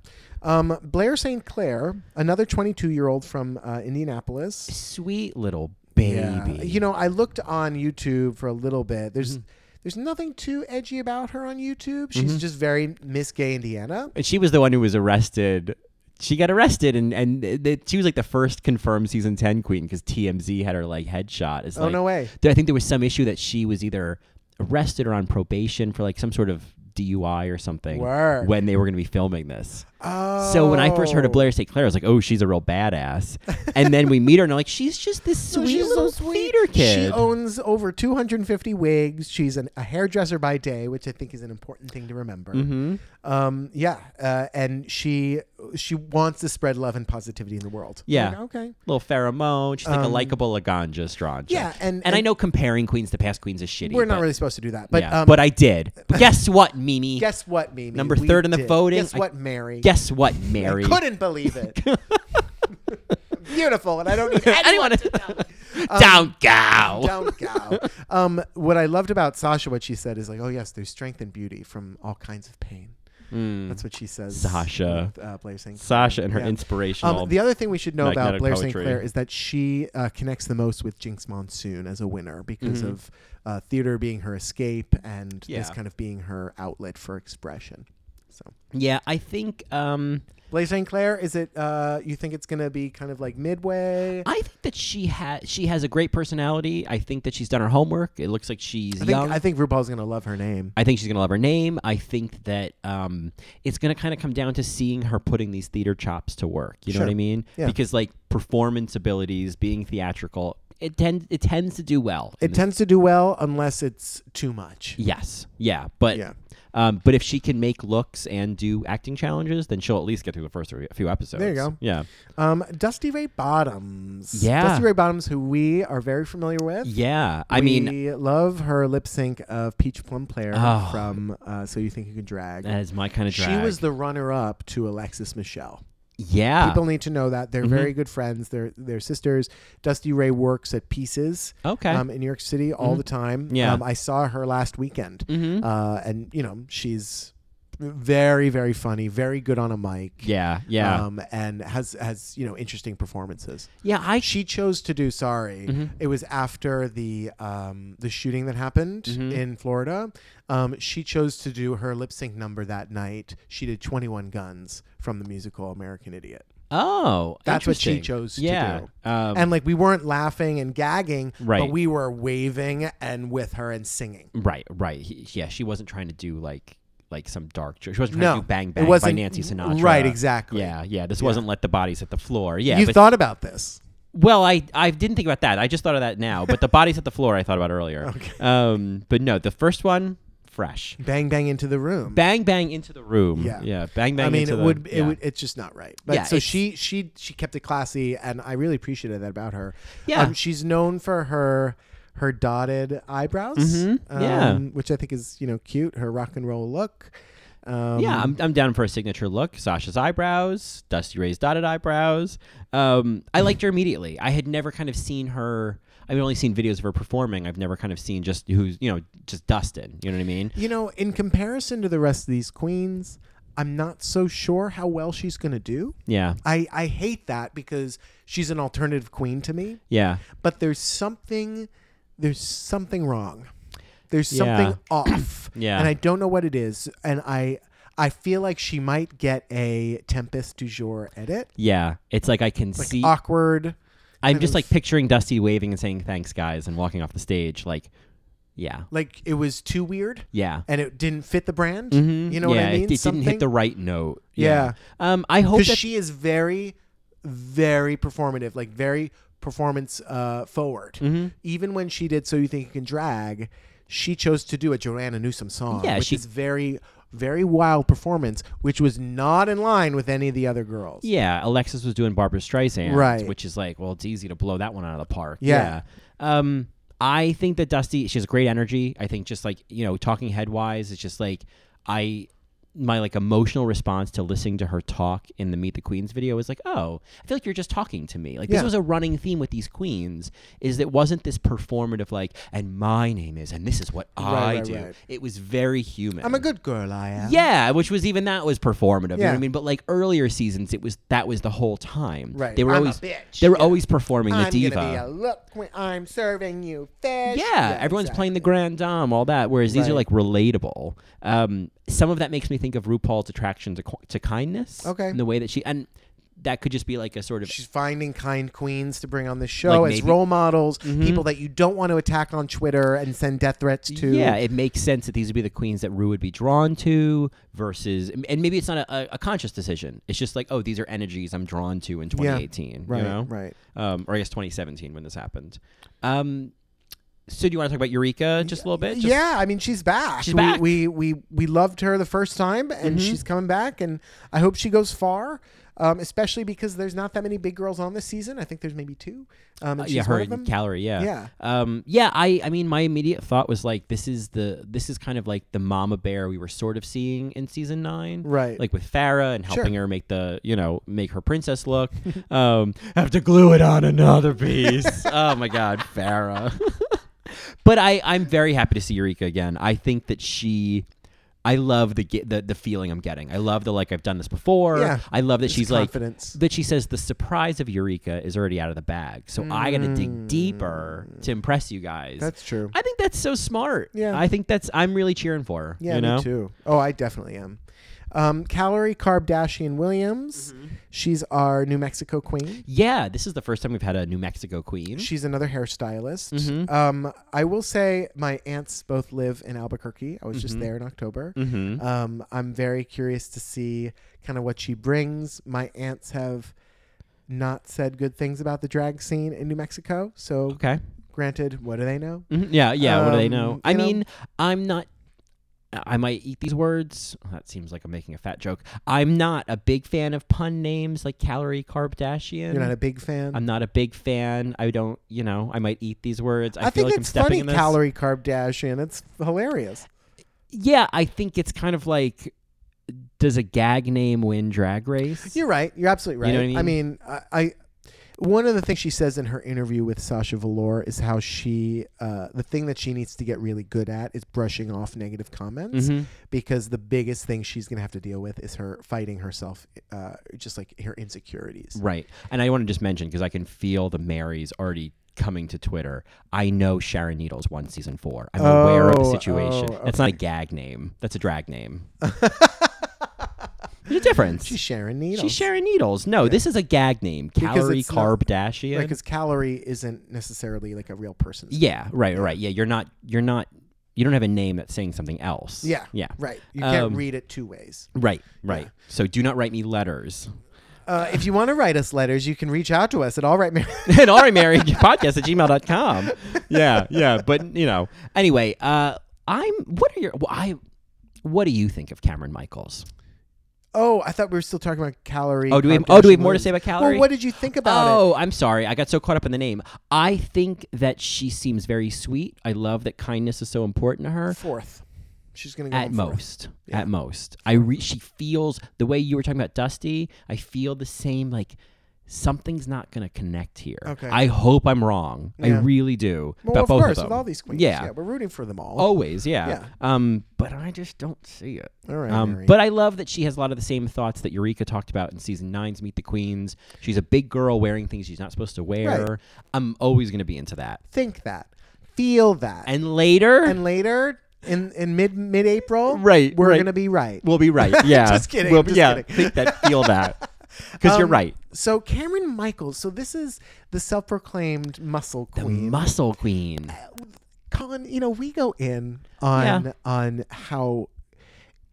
Um, Blair St. Clair, another 22 year old from uh, Indianapolis.
Sweet little baby.
Yeah. You know, I looked on YouTube for a little bit. There's
Mm-hmm.
there's nothing too edgy about her on YouTube. She's just very Miss Gay Indiana.
And she was the one who was arrested. She got arrested, and and th- she was like the first confirmed season ten queen because TMZ had her like headshot. It's
Oh
like,
no way.
th- I think there was some issue that she was either arrested or on probation for like some sort of DUI or something
Word.
when they were going to be filming this.
Oh.
So when I first heard of Blair St. Clair, I was like, "Oh, she's a real badass." and then we meet her, and I'm like, "She's just this
No,
sweet
she's so
little
sweet.
theater kid."
She owns over 250 wigs. She's an, a hairdresser by day, which I think is an important thing to remember.
Mm-hmm.
Um, yeah, uh, and she she wants to spread love and positivity in the world.
Yeah.
Like, okay.
little pheromone. She's like a likable Laganja Strange.
Um, Yeah, and-
and I
and-
know comparing queens to past queens is shitty.
We're not
but-
really supposed to do that, but
yeah,
um,
but I did. But guess what, Mimi?
guess what, Mimi?
Number
We
third in the
did.
voting,
Guess
I-
what, Mary?
Guess what,
I
Mary?
couldn't believe it. Beautiful, and I don't need um,
Anyone?
anyone to
Down go.
don't go. Um, what I loved about Sasha, what she said is like, oh yes, there's strength and beauty from all kinds of pain. That's what she says.
Sasha.
with, uh, Blair St. Clair.
Hmm. Sasha and her
Yeah.
inspirational.
Um, the other thing we should know about
magnetic
Blair
poetry.
St. Clair is that she uh, connects the most with Jinx Monsoon as a winner because of uh, theater being her escape and this
Mm-hmm. Yeah.
kind of being her outlet for expression. So
yeah, I think um,
Blair St. Clair, is it? Uh, you think it's gonna be kind of like midway?
I think that she has she has a great personality. I think that she's done her homework. It looks like she's
I think,
young.
I think RuPaul's gonna love her name.
I think she's gonna love her name. I think that um, it's gonna kind of come down to seeing her putting these theater chops to work. You know
Sure.
what I mean?
Yeah.
Because like performance abilities, being theatrical, it tends it tends to do well. in
It
this-
tends to do well unless it's too much.
yes, yeah, but
Yeah.
um, but if she can make looks and do acting challenges, then she'll at least get through the first three- few episodes.
There you go.
Yeah,
Um, Dusty Ray Bottoms.
Yeah.
Dusty Ray Bottoms, who we are very familiar with.
yeah. I mean,
we love her lip sync of Peach Plum Player
Oh.
from uh, So You Think You Can Drag.
that is my kind of drag.
She was the runner up to Alexis Michelle.
yeah.
People need to know that. They're very
Mm-hmm.
good friends. They're they're sisters. Dusty Ray works at Pieces
Okay. Mm-hmm.
um, in New York City all the time.
Yeah. Mm-hmm.
Um, I saw her last weekend. Uh, and you know, she's very very funny, very good on a mic.
Yeah, yeah,
Um, and has has you know interesting performances.
yeah. I
She chose to do Sorry.
Mm-hmm.
It was after the um, the shooting that happened
Mm-hmm.
in Florida. Um, she chose to do her lip sync number that night. She did Twenty One Guns from the musical American Idiot.
oh,
That's what she
interesting.
chose to
yeah.
do.
Um,
and like we weren't laughing and gagging,
Right.
but we were waving and with her and singing.
Right, right. He, yeah, she wasn't trying to do like like some dark. jo- She wasn't trying to
No,
do Bang
it
Bang by
wasn't-
Nancy Sinatra.
right, exactly.
Yeah, yeah. This wasn't let the bodies hit the floor. Yeah.
you
but-
thought about this.
well, I I didn't think about that. I just thought of that now. But the bodies hit the floor, I thought about earlier. Okay. Um, but no, the first one, fresh.
Bang bang into the room.
Bang bang into the room.
Yeah.
yeah. Bang bang.
I mean,
into
it
the,
would, it
yeah.
would, it's just not right. But
Yeah,
so
it's-
she, she, she kept it classy, and I really appreciated that about her.
Yeah.
um, she's known for her, her dotted eyebrows.
Mhm, yeah.
um, which I think is you know cute. Her rock and roll look. Um,
Yeah, I'm, I'm down for a signature look. Sasha's eyebrows, Dusty Ray's dotted eyebrows. Um, I liked her immediately. I had never kind of seen her. I've only seen videos of her performing. I've never kind of seen just who's you know just Dustin. You know what I mean?
You know, in comparison to the rest of these queens, I'm not so sure how well she's going to do.
Yeah,
I, I hate that because she's an alternative queen to me.
yeah,
But there's something there's something wrong. There's
Yeah.
something off.
Yeah.
And I don't know what it is. And I I feel like she might get a Tempest du jour edit.
yeah. It's like I can
Like
see.
awkward.
I'm
kind
just
of-
like picturing Dusty waving and saying thanks, guys, and walking off the stage. Like, yeah,
Like it was too weird
yeah.
and it didn't fit the brand.
Mhm.
You know what
Yeah,
I
it-
mean?
It, didn't hit the right note.
Yeah.
Um, I hope
because
that
she is very, very performative, like very performance uh, forward.
Mm-hmm.
Even when she did "So You Think You Can Drag," she chose to do a Joanna Newsom song,
Yeah,
which
she-
is very, very wild performance, which was not in line with any of the other girls.
Yeah, Alexis was doing Barbara Streisand,
Right.
Which is like, well, it's easy to blow that one out of the park.
Yeah.
Yeah. Um, I think that Dusty, she has great energy. I think just like you know, talking head wise, it's just like I my like emotional response to listening to her talk in the Meet the Queens video was like, oh, I feel like you're just talking to me. Like this
Yeah.
was a running theme with these queens is that it wasn't this performative like, and my name is, and this is what I
right,
do.
right.
It was very human.
I'm a good girl, I am.
Yeah, which was even that was performative. You know what I
Yeah.
mean? But like earlier seasons, it was that was the whole time.
Right.
They were
I'm a
always
bitch.
they were
Yeah.
always performing the
I'm
diva.
gonna be a look. when I'm serving you
yeah,
fish.
everyone's
exactly.
playing the grand dame, all that. Whereas these are like
Right.
relatable. Um, some of that makes me think of RuPaul's attraction to qu- to kindness.
Okay.
in the way that she and that could just be like a sort of
She's finding kind queens to bring on the show
Like
as
maybe- Mm-hmm.
role models, people that you don't want to attack on Twitter and send death threats to.
Yeah, it makes sense that these would be the queens that Rue would be drawn to versus, and maybe it's not a, a, a conscious decision. It's just like, oh, these are energies I'm drawn to in 2018. you
right,
know?
right.
Um, or I guess 2017 when this happened. Um, so do you want to talk about Eureka just a little bit? Just-
yeah, I mean she's back.
She's
we,
back. Mm-hmm.
we we we loved her the first time, and she's coming back, and I hope she goes far. Um, especially because there's not that many big girls on this season. I think there's maybe two. Um, and
Uh,
she's
yeah, her
one of them.
and Calorie, yeah,
Yeah.
um, yeah. I, I mean, my immediate thought was like, this is the, this is kind of like the mama bear we were sort of seeing in season nine,
Right.
Like with Farah and
Sure.
helping her make the, you know, make her princess look. um, have to glue it on another piece. oh my God, Farah. but I, I'm very happy to see Eureka again. I think that she. I love the, ge- the the feeling I'm getting. I love the like I've done this before.
Yeah.
I love that
It's
she's
confidence.
like that she says the surprise of Eureka is already out of the bag. So I got to dig deeper to impress you guys.
That's true.
I think that's so smart.
Yeah.
I think that's I'm really cheering for her.
yeah,
you know?
me too. Oh, I definitely am. Um, Calorie Carbdashian Williams.
Mm-hmm.
She's our New Mexico queen.
Yeah, this is the first time we've had a New Mexico queen. Mm-hmm.
She's another hairstylist. Um, I will say my aunts both live in Albuquerque. I was
Mm-hmm.
just there in October.
Mhm.
Um, I'm very curious to see kind of what she brings. My aunts have not said good things about the drag scene in New Mexico. So,
okay.
granted, what do they know?
Mhm. Yeah, yeah. what do they
Um,
know?
you
I
know-
mean, I'm not. I might eat these words. That seems like I'm making a fat joke. I'm not a big fan of pun names like calorie Kardashian.
You're not a big fan.
I'm not a big fan. I don't, you know, I might eat these words. I,
I
feel
think
like I'm
it's
stepping
funny,
in this.
calorie carb dash, and it's hilarious.
Yeah, I think it's kind of like, does a gag name win Drag Race?
You're right. You're absolutely right.
You know what I
I mean, I, I one of the things she says in her interview with Sasha Velour is how she, uh, the thing that she needs to get really good at is brushing off negative comments
Mhm.
because the biggest thing she's going to have to deal with is her fighting herself, uh, just like her insecurities.
Right. And I want to just mention because I can feel the Marys already coming to Twitter. I know Sharon Needles won season four. I'm aware of the
Oh,
situation.
oh,
That's not a gag name. That's a drag name. There's a difference. She's,
She's Sharon Needles.
Sharon Needles. No, this is a gag name. Calorie
it's not-
Carbdashian.
because calorie isn't necessarily like a real person.
yeah. Right. Right. Yeah. You're not. You're not. You don't have a name that's saying something else.
Yeah.
Yeah.
Right. You can't
Um,
read it two ways.
Right. Right. So do not write me letters.
Uh, if you want to write us letters, you can reach out to us at all right.
and already married podcast at gmail.com yeah yeah but you know anyway uh i'm what are your well, i what do you think of cameron michaels
oh, I thought we were still talking about calorie.
oh do we have,
Kardashian
oh do we have more to
Williams.
say about calorie
Well, what did you think about it?
oh i'm sorry i got so caught up in the name i think that she seems very sweet i love that kindness is so important to her
Fourth. She's gonna go
at
home fourth.
most at most i re- she feels the way you were talking about dusty i feel the same like something's not gonna connect here
Okay.
i hope i'm wrong i
Yeah.
really do
Well,
about
of
both
course,
of them
with all these queens.
Yeah.
Yeah. we're rooting for them all.
always yeah.
Yeah.
um but i just don't see it
all right.
um
Mary.
but i love that she has a lot of the same thoughts that eureka talked about in season nine's meet the queens she's a big girl wearing things she's not supposed to wear i'm always going to be into that
think that, feel that, and,
and later
later in in mid mid April,
Right,
we're
right.
gonna be right.
we'll be right yeah
Just kidding,
we'll,
just
yeah
kidding.
think that feel that because you're
Um,
right
So Cameron Michaels. So this is the self-proclaimed muscle queen.
muscle queen
Colin, you know, we go in on
Yeah.
on how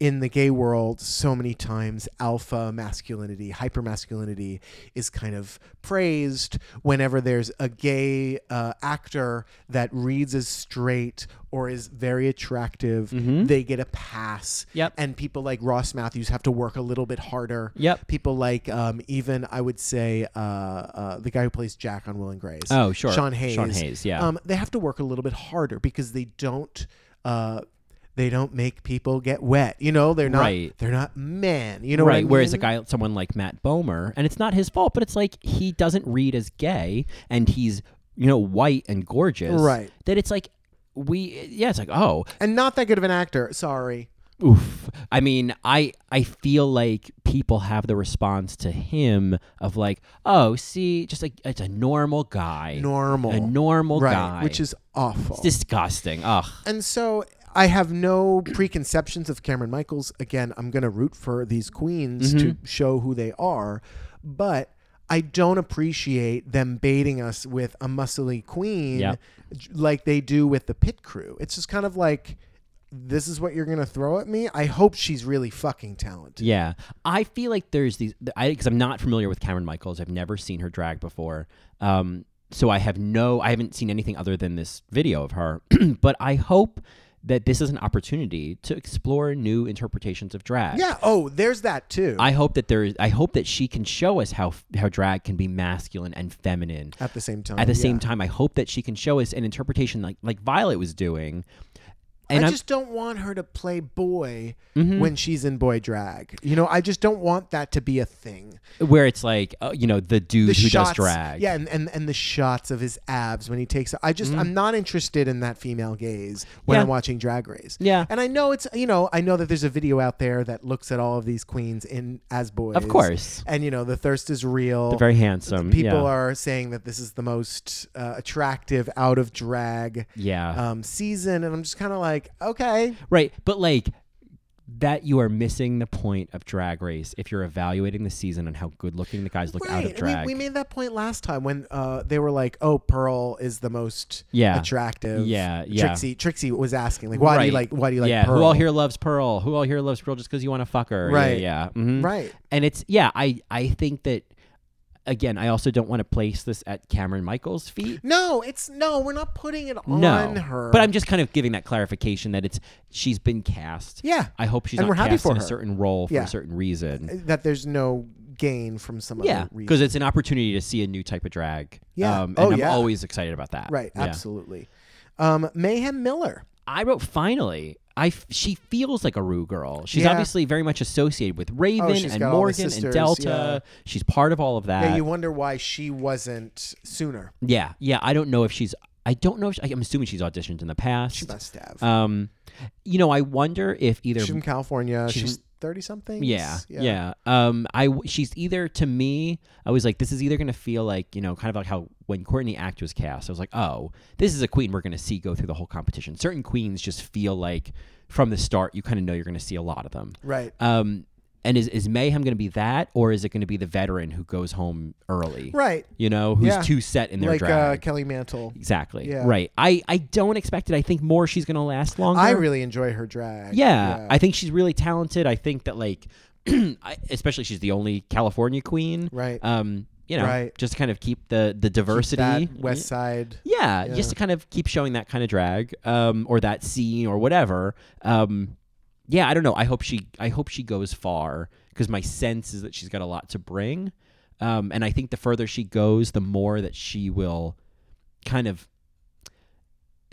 in the gay world so many times alpha masculinity, hypermasculinity is kind of praised whenever there's a gay uh, actor that reads as straight or is very attractive, they get a pass.
Mm-hmm. Yep.
And people like Ross Matthews have to work a little bit harder.
Yep.
People like um, even I would say uh, uh, the guy who plays Jack on Will and Grace.
Oh, sure.
Sean Hayes.
Sean Hayes, yeah.
Um, they have to work a little bit harder because they don't. Uh, they don't make people get wet. You know, they're not.
Right.
They're not men. You know
right. Whereas a
the
guy, someone like Matt Bomer, and it's not his fault, but it's like he doesn't read as gay, and he's you know white and gorgeous,
Right.
That it's like we, yeah, it's like oh,
and not that good of an actor. Sorry.
oof. I mean, I I feel like people have the response to him of like, oh, see, just like it's a normal guy,
Normal.
a normal
right.
guy,
Which is awful.
It's disgusting. Ugh.
and so I have no preconceptions of Cameron Michaels. Again, I'm going to root for these queens
Mm-hmm.
to show who they are, but I don't appreciate them baiting us with a muscly queen
Yeah.
j- like they do with the pit crew. It's just kind of like this is what you're going to throw at me. I hope she's really fucking talented.
Yeah, I feel like there's these I because I'm not familiar with Cameron Michaels. I've never seen her drag before, um, so I have no, I haven't seen anything other than this video of her. but I hope that this is an opportunity to explore new interpretations of drag.
Yeah. Oh, there's that too.
I hope that there is. I hope that she can show us how how drag can be masculine and feminine
at the same time.
at the
yeah.
same time. I hope that she can show us an interpretation like like Violet was doing. And
I
I'm- Mm-hmm.
just don't want her to play boy when she's in boy drag. You know, I just don't want that to be a thing.
where it's like uh, you know the dude
The
who
shots,
does drag.
yeah, and, and and the shots of his abs when he takes. I just I'm not interested in that female gaze when
Mm. Yeah.
I'm watching Drag Race.
Yeah.
and I know it's you know I know that there's a video out there that looks at all of these queens in as boys.
of course,
and you know the thirst is real.
very handsome.
People
yeah.
are saying that this is the most uh, attractive out of drag
yeah.
um, season, and I'm just kind of like, okay,
Right, but like that you are missing the point of drag race if you're evaluating the season and how good looking the guys look out of
Right.
drag.
We, we made that point last time when uh, they were like, "Oh, Pearl is the most
Yeah.
attractive."
Yeah, yeah.
Trixie, Trixie was asking, like, "Why do you
Right.
like? Why do you like
yeah,
Pearl?"
who all here loves Pearl? Who all here loves Pearl just because you want to fuck her? Yeah,
Right.
Yeah. mhm.
right?
And it's yeah, I I think that again, I also don't want to place this at Cameron Michaels' feet.
No, it's no. We're not putting it on
No.
her.
But I'm just kind of giving that clarification that it's she's been cast.
yeah,
I hope she's
And
not
we're happy
cast
for
in a
her.
certain role for
Yeah.
a certain reason.
that there's no gain from some
Yeah,
other reason.
because it's an opportunity to see a new type of drag.
Yeah.
um, and
Oh,
I'm
yeah.
always excited about that.
right,
Yeah.
absolutely. Um, Mayhem Miller.
I wrote finally. I f- she feels like a Rue girl. She's
Yeah.
obviously very much associated with Raven
she's
and
got all the
Morgan
sisters,
and Delta. She's part of all of that.
Yeah, you wonder why she wasn't sooner.
Yeah, yeah. I don't know if she's. I don't know if I'm assuming she's auditioned in the past.
She must have.
Um, you know, I wonder if either.
she's from California.
she's-
She's thirty something.
yeah, yeah, Um, I w- she's either to me. I was like, this is either gonna feel like you know, kind of like how when Courtney Act was cast, I was like, oh, this is a queen we're gonna see go through the whole competition. Certain queens just feel like from the start, you kind of know you're gonna see a lot of them.
Right.
Um, and is is Mayhem gonna be that, or is it gonna be the veteran who goes home early?
Right.
You know, who's
Yeah.
too set in their
Like
drag.
uh, Kelly Mantle.
Exactly.
Yeah.
Right. I, I don't expect it. I think more she's going to last longer.
I really enjoy her drag.
yeah, I think she's really talented. I think that like, I, especially she's the only California queen.
Right.
Um, you know,
Right.
just to kind of keep the the diversity.
That West Side.
yeah,
Yeah.
just to kind of keep showing that kind of drag, um, or that scene or whatever. Um, yeah, I don't know. I hope she I hope she goes far because my sense is that she's got a lot to bring. Um, and I think the further she goes, the more that she will kind of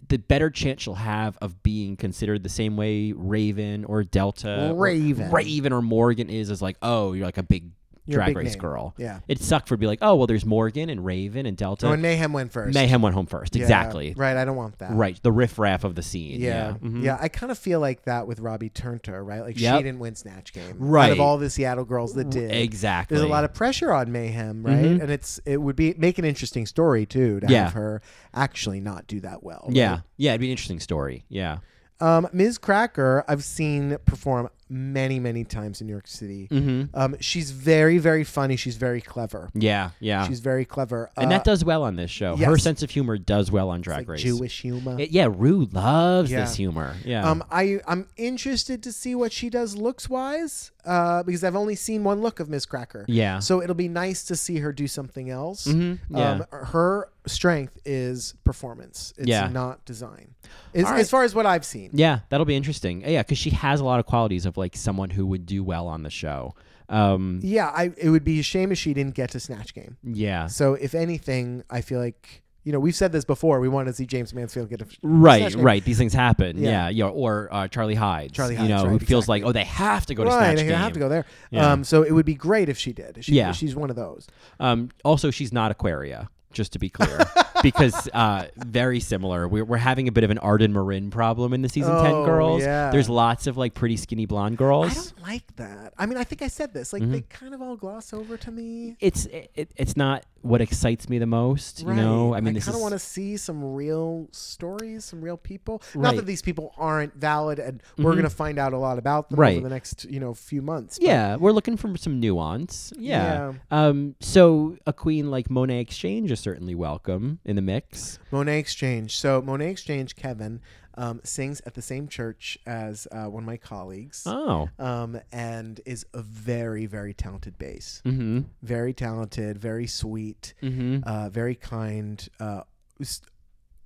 the better chance she'll have of being considered the same way Raven or Delta or-
Raven.
Raven or Morgan is as like, oh, you're like a big
You're a
drag
big
race
name.
girl.
Yeah.
It sucked for be like, oh well there's Morgan and Raven and Delta.
So when Mayhem went first.
Mayhem went home first.
Yeah,
Exactly.
Right. I don't want that.
Right. The riffraff of the scene.
Yeah.
Yeah.
Yeah.
Mhm.
I kind of feel like that with Robbie Turnter, right? Like she
Yep.
didn't win Snatch Game. Out
Right.
of all the Seattle girls that did.
Exactly.
There's a lot of pressure on Mayhem, right?
Mhm.
And it's it would be make an interesting story too to
Yeah.
have her actually not do that well. right?
Yeah. Yeah. It'd be an interesting story. Yeah.
Um, Ms. Cracker, I've seen perform many, many times in New York City.
Mm-hmm.
Um, she's very, very funny. She's very clever.
Yeah. Yeah.
She's very clever.
and
Uh,
that does well on this show. Her
yes.
sense of humor does well on Drag
like
Race.
Jewish humor.
It- yeah. Rue loves
Yeah.
this humor. Yeah.
Um, I I'm interested to see what she does looks wise, uh, because I've only seen one look of Miss Cracker.
yeah.
So it'll be nice to see her do something else.
Mhm, yeah.
Um, her strength is performance. It's
Yeah.
not design. As,
All right.
as far as what I've seen.
yeah. That'll be interesting. Eh, Yeah. Because she has a lot of qualities of like someone who would do well on the show. Um,
Yeah, I it would be a shame if she didn't get to Snatch Game.
yeah.
So if anything, I feel like you know we've said this before. We wanted to see James Mansfield get a
Right,
Snatch Game.
right. These things happen. Yeah,
Yeah.
yeah. Or uh, Charlie Hyde.
Charlie
you
Hides,
know,
right,
who feels
exactly.
like, oh, they have to go to Snatch
Right, I
Game.
have to go there.
Yeah.
Um, so it would be great if she did. She,
Yeah.
she's one of those.
Um, also, she's not Aquaria, just to be clear, because uh, very similar. We're, we're having a bit of an Arden Marin problem in the season
Oh,
10 girls.
yeah.
There's lots of like pretty skinny blonde girls.
I don't like that. I mean, I think I said this. Like
Mm-hmm.
they kind of all gloss over to me.
it's it, it's not what excites me the most,
Right.
you know. I mean,
I
this
kind
is
of want to see some real stories, some real people. Not
Right.
that these people aren't valid, and we're
Mhm.
going to find out a lot about them
Right.
over the next you know few months. but-
yeah, we're looking for some nuance. Yeah. Um. So a queen like Monet Exchange is certainly welcome in the mix.
Monet Exchange. So Monet Exchange, Kevin, um, sings at the same church as uh, one of my colleagues.
Oh.
Um, and is a very, very talented bass.
Mm-hmm.
Very talented, very sweet,
Mm-hmm.
uh, very kind. Uh, s-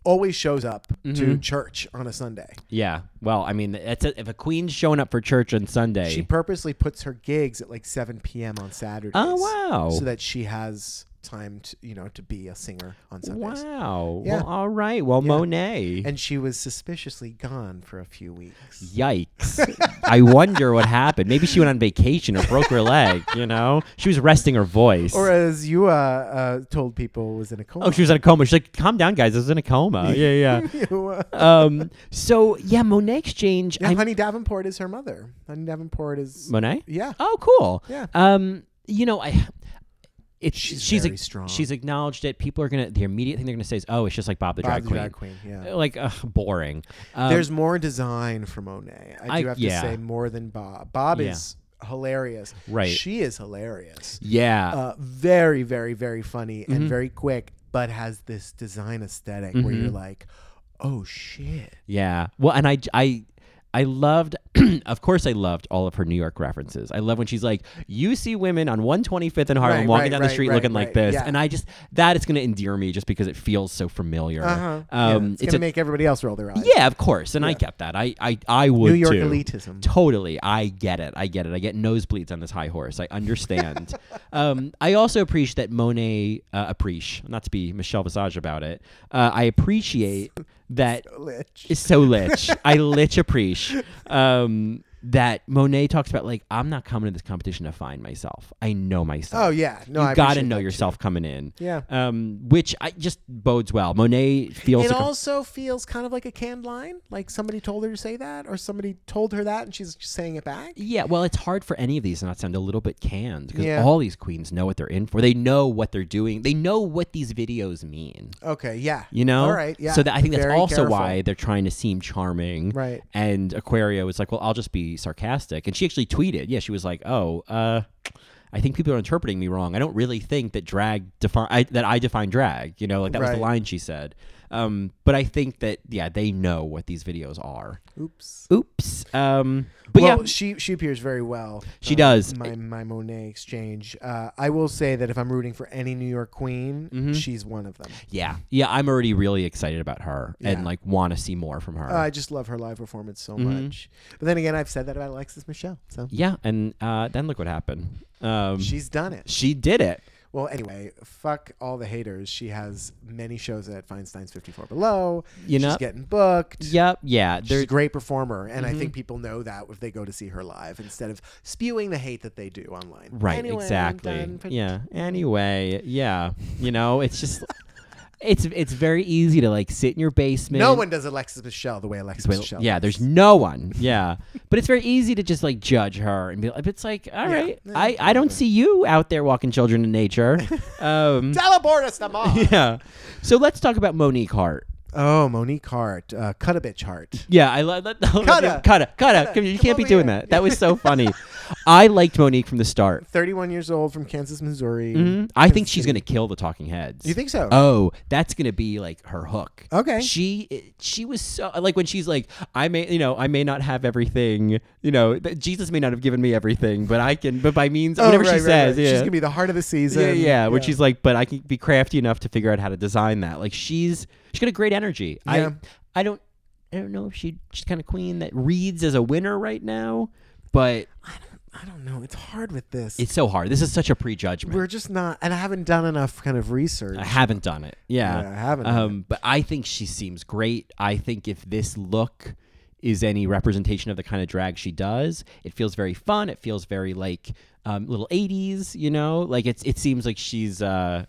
always shows up to
Mhm.
church on a Sunday.
Yeah. Well, I mean, that's a, if a queen's showing up for church on Sunday.
She purposely puts her gigs at like 7 p.m. on Saturdays.
oh wow.
So that she has time to, you know, to be a singer on Sundays.
Wow.
Yeah.
Well, all right. Well,
Yeah.
Monet.
And she was suspiciously gone for a few weeks.
Yikes. I wonder what happened. Maybe she went on vacation or broke her leg, you know? She was resting her voice.
Or as you uh, uh, told people, was in a coma.
oh, she was in a coma. She's like, calm down, guys. I was in a coma. Yeah,
You, uh,
yeah. um, so, yeah, Monet Exchange.
yeah,
I'm-
Honey Davenport is her mother. Honey Davenport is
Monet?
yeah,
Oh, cool.
yeah.
Um, you know, I. It's,
She's
she's
very
a-
strong.
She's acknowledged it. People are gonna. The immediate thing they're gonna say is, "Oh, it's just like Bob the
Bob
drag
the
queen."
drag queen. Yeah.
like ugh, boring. Um,
There's more design for Monet. I
I-
do have
yeah.
to say more than Bob. Bob
Yeah.
is hilarious.
Right.
She is hilarious.
yeah, Mm-hmm.
Uh, very, very, very funny and very quick, but has this design esthetic where
Mm-hmm.
you're like, oh shit.
yeah. Well, and I, I, I loved. of course, I loved all of her New York references. I love when she's like, "You see women on 125th and Harlem
Right,
walking
right,
down
right,
the street
right,
looking
right,
like this,"
yeah.
and I just that is gonna endear me just because it feels so familiar.
Uh-huh. Yeah,
Um,
it's,
it's
gonna
a,
make everybody else roll their eyes.
yeah, of course, and I get that. I, I, I would
New York
too.
elitism.
Totally. I get it. I get it. I get nosebleeds on this high horse. I understand. um, I also appreciate that Monet, uh, appreciate, not to be Michelle Visage about it, uh, I appreciate that
Lich.
is so lich. I lich a preach. Um, that Monet talks about like I'm not coming to this competition to find myself. I know myself.
Oh yeah, no, I
you gotta
appreciate
know
that.
yourself coming in.
Yeah.
Um, which I just bodes well. Monet feels
It
like a-
also feels kind of like a canned line. Like somebody told her to say that, or somebody told her that, and she's just saying it back.
yeah. Well, it's hard for any of these to not sound a little bit canned because
Yeah.
all these queens know what they're in for. They know what they're doing. They know what these videos mean.
Okay, yeah.
You know,
All right, yeah.
So that I think that's
Very
also
careful.
why they're trying to seem charming,
Right.
And Aquaria was like, "Well, I'll just be sarcastic," and she actually tweeted, "Yeah, she was like, oh, uh, I think people are interpreting me wrong. I don't really think that drag define I, that I define drag. You know, like that was the
Right.
line she said. Um, but I think that yeah, they know what these videos are.
Oops.
Oops. Um, but
well,
yeah,
she she appears very well.
She does.
My my Monet exchange. Uh, I will say that if I'm rooting for any New York queen,
Mm-hmm.
she's one of them.
yeah, yeah. I'm already really excited about her and
Yeah.
like want to see more from her.
Uh, I just love her live performance so
Mm-hmm.
much. But then again, I've said that about Alexis Michelle. So
yeah, and uh, then look what happened. Um,
she's done it.
she did it.
Well, anyway, fuck all the haters. She has many shows at Feinstein's 54 Below.
You know-
she's getting booked.
Yep. Yeah.
She's
There, Mm-hmm.
a great performer, and I think people know that if they go to see her live instead of spewing the hate that they do online.
right.
Anyway, I'm
exactly.
done for-
Yeah. Anyway. Yeah. You know, it's just, it's it's very easy to like sit in your basement.
No one does Alexis Michelle the way Alexis
Well,
Michelle.
yeah,
does.
there's no one. Yeah, but it's very easy to just like judge her and be like, it's like, all
Yeah.
right,
Yeah,
I, I don't see you out there walking children in nature. Um,
teleport us to Mars.
yeah. So let's talk about Monique Hart.
Oh, Monique Hart, uh, cut a bitch Hart.
Yeah, I love that.
Coulda.
Cuta, Cuta,
Coulda.
you
Come
can't be
over
doing
here.
that. That was so funny. I liked Monique from the start.
31 years old from Kansas, Missouri.
Mhm. I think she's gonna kill the Talking Heads.
You think so?
Oh, that's gonna be like her hook.
Okay.
She she was so like when she's like, I may you know I may not have everything you know that Jesus may not have given me everything, but I can but by means
Oh,
whatever
right,
she
right,
says,
right.
yeah.
she's gonna be the heart of the season.
yeah, yeah, When she's like, but I can be crafty enough to figure out how to design that. Like she's she's got a great energy.
Yeah.
I I don't I don't know if she she's kind of queen that reads as a winner right now, but
I don't know. It's hard with this.
it's so hard. This is such a prejudgment.
We're just not, and I haven't done enough kind of research.
I haven't done it. Yeah,
Yeah, I haven't done
Um, but I think she seems great. I think if this look is any representation of the kind of drag she does, it feels very fun. It feels very like um, little '80s. You know, like it's it seems like she's uh,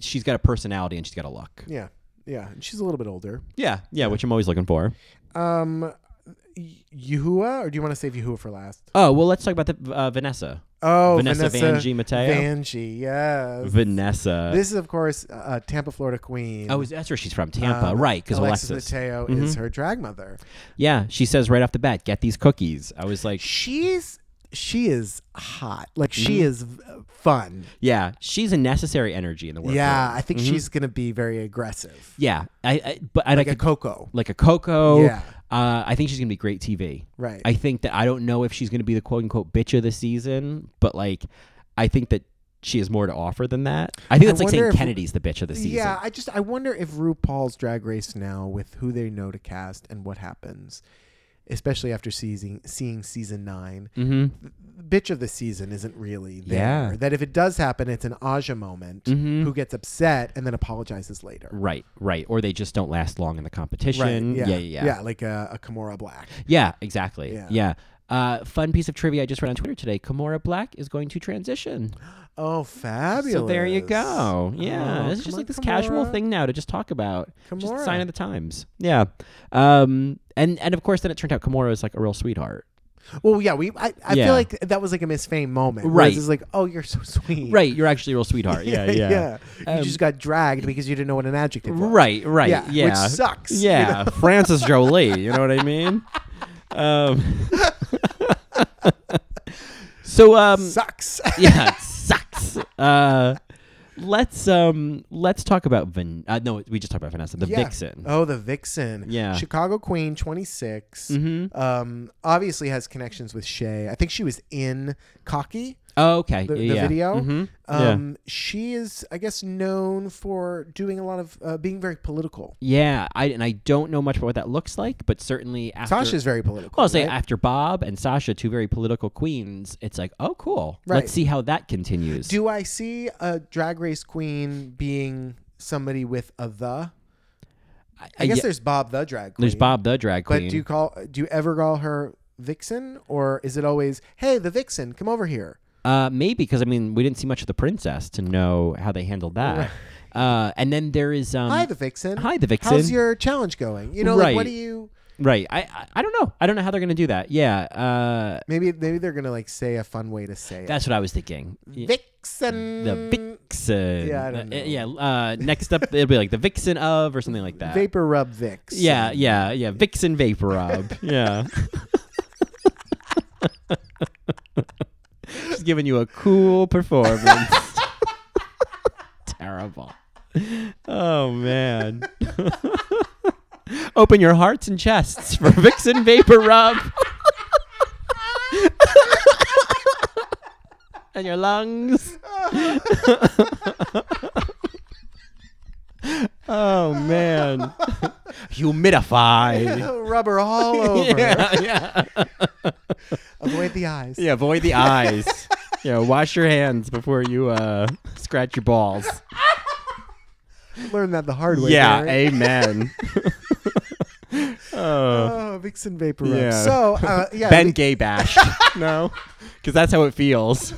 she's got a personality and she's got a look.
Yeah, yeah. And she's a little bit older.
Yeah, yeah, which I'm always looking for.
Um, Y- Yahuwah, or do you want to save Yahuwah for last?
Oh well, let's talk about the uh, Vanessa.
Oh,
Vanessa Vanjie Mateo.
Vanjie,
Uh,
yes.
Vanessa.
this is, of course, uh, Tampa, Florida queen.
oh, is- that's where she's from, Tampa,
Um,
right? Because
Alexis,
Uh, Alexis. Mm-hmm.
Mateo is her drag mother.
Yeah, she says right off the bat, "Get these cookies." I was like,
She's she is hot. Like she
Mm-hmm.
is uh, fun.
"Yeah, she's a necessary energy in the world."
yeah, I think she's gonna be very aggressive,
Yeah, I, I but I
like
Mm-hmm. like,
a Coco.
like a Coco.
Yeah.
Uh, I think she's gonna be great TV.
Right.
I think that I don't know if she's gonna be the quote unquote bitch of the season, but like, I think that she has more to offer than that. I think
I
that's like
wonder
saying
if-
Kennedy's the bitch of the season.
Yeah, I just I wonder if RuPaul's Drag Race now, with who they know to cast and what happens, especially after seeing seeing season nine,
hmm
the bitch of the season isn't really there.
Yeah.
That if it does happen, it's an Aja moment
Mhm.
who gets upset and then apologizes later.
Right. Right. Or they just don't last long in the competition.
Yeah.
Yeah. Yeah. Yeah.
like a, a Kimora Black.
Yeah, exactly.
Yeah.
Yeah. Uh, fun piece of trivia I just read on Twitter today. Kimora Black is going to transition.
Oh, fabulous!
So there you go. Yeah.
Oh,
it's just
come
like
on,
this casual
Kimora.
thing now to just talk about. Just a
Kimora.
sign of the times. Yeah. Um and and of course then it turned out Kimura is like a real sweetheart.
Well, yeah, we. I, I
Yeah.
feel like that was like a Miss Fame moment. whereas
Right.
It's like, oh, you're so sweet.
Right, you're actually a real sweetheart. Yeah, yeah.
You just got dragged because you didn't know what an adjective was.
Right, right.
Yeah,
Yeah.
which sucks, you
Yeah. Francis Jolie, you know what I mean? Um So um
Sucks.
yeah, it sucks. Uh, let's um, let's talk about Van. Uh, no, we just talked about Vanessa, the
Yeah.
vixen.
Oh, the Vixen.
Yeah.
Chicago Queen, 26.
Mhm.
Um, obviously has connections with Shay. I think she was in Cocky,
Oh, okay,
the,
yeah,
the
yeah.
video.
Mhm.
Um, She is, I guess, known for doing a lot of uh, being very political.
yeah, yeah. I and I don't know much about what that looks like, but certainly after
Tasha's very political.
Well, I'll say
right?
after Bob and Sasha, two very political queens, it's like, oh, cool.
Right.
Let's see how that continues.
Do I see a drag race queen being somebody with a the?
I,
I guess
Uh, yeah,
there's Bob the drag queen.
there's Bob the drag
But
queen.
do you call? Do you ever call her Vixen, or is it always, "Hey, the Vixen, come over here"?
Uh, maybe because I mean we didn't see much of the princess to know how they handled that. Uh, and then there is um,
Hi, the Vixen.
Hi, the Vixen.
How's your challenge going? You know, like what
Right.
do you?
right. I, I I don't know. I don't know how they're gonna do that. Yeah. Uh,
Maybe maybe they're gonna like say a fun way to say
that's what I was thinking. Y-
it. Vixen.
The vixen.
Yeah, I don't
Uh,
know.
yeah. Uh, next up, it'll be like the vixen of or something like that.
Vapor rub Vix.
Yeah, yeah, yeah. Vixen vapor rub. yeah. She's giving you a cool performance. Terrible. Oh man. Open your hearts and chests for Vixen Vapor Rub. and your lungs. oh man. Humidify.
Rubber all over.
Yeah, yeah.
Avoid the eyes.
Yeah, avoid the eyes. yeah, wash your hands before you uh, scratch your balls.
Learn that the hard way.
yeah,
Barry.
amen. oh,
Oh, Vixen Vapor Rub.
Yeah.
So, uh, yeah,
ben
we-
gay bashed. no, because that's how it feels.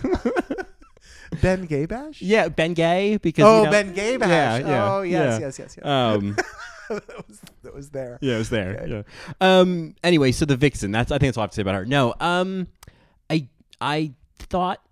Ben Gaybash?
yeah, Ben gay because
Oh,
you know-
Ben Gaybash.
Yeah, yeah,
oh, yes,
yeah.
yes, yes, yes.
Um,
that, was, that was there.
yeah, it was there. Yeah. Um. Anyway, so the vixen. That's I think that's all I have to say about her. No. Um. I I thought.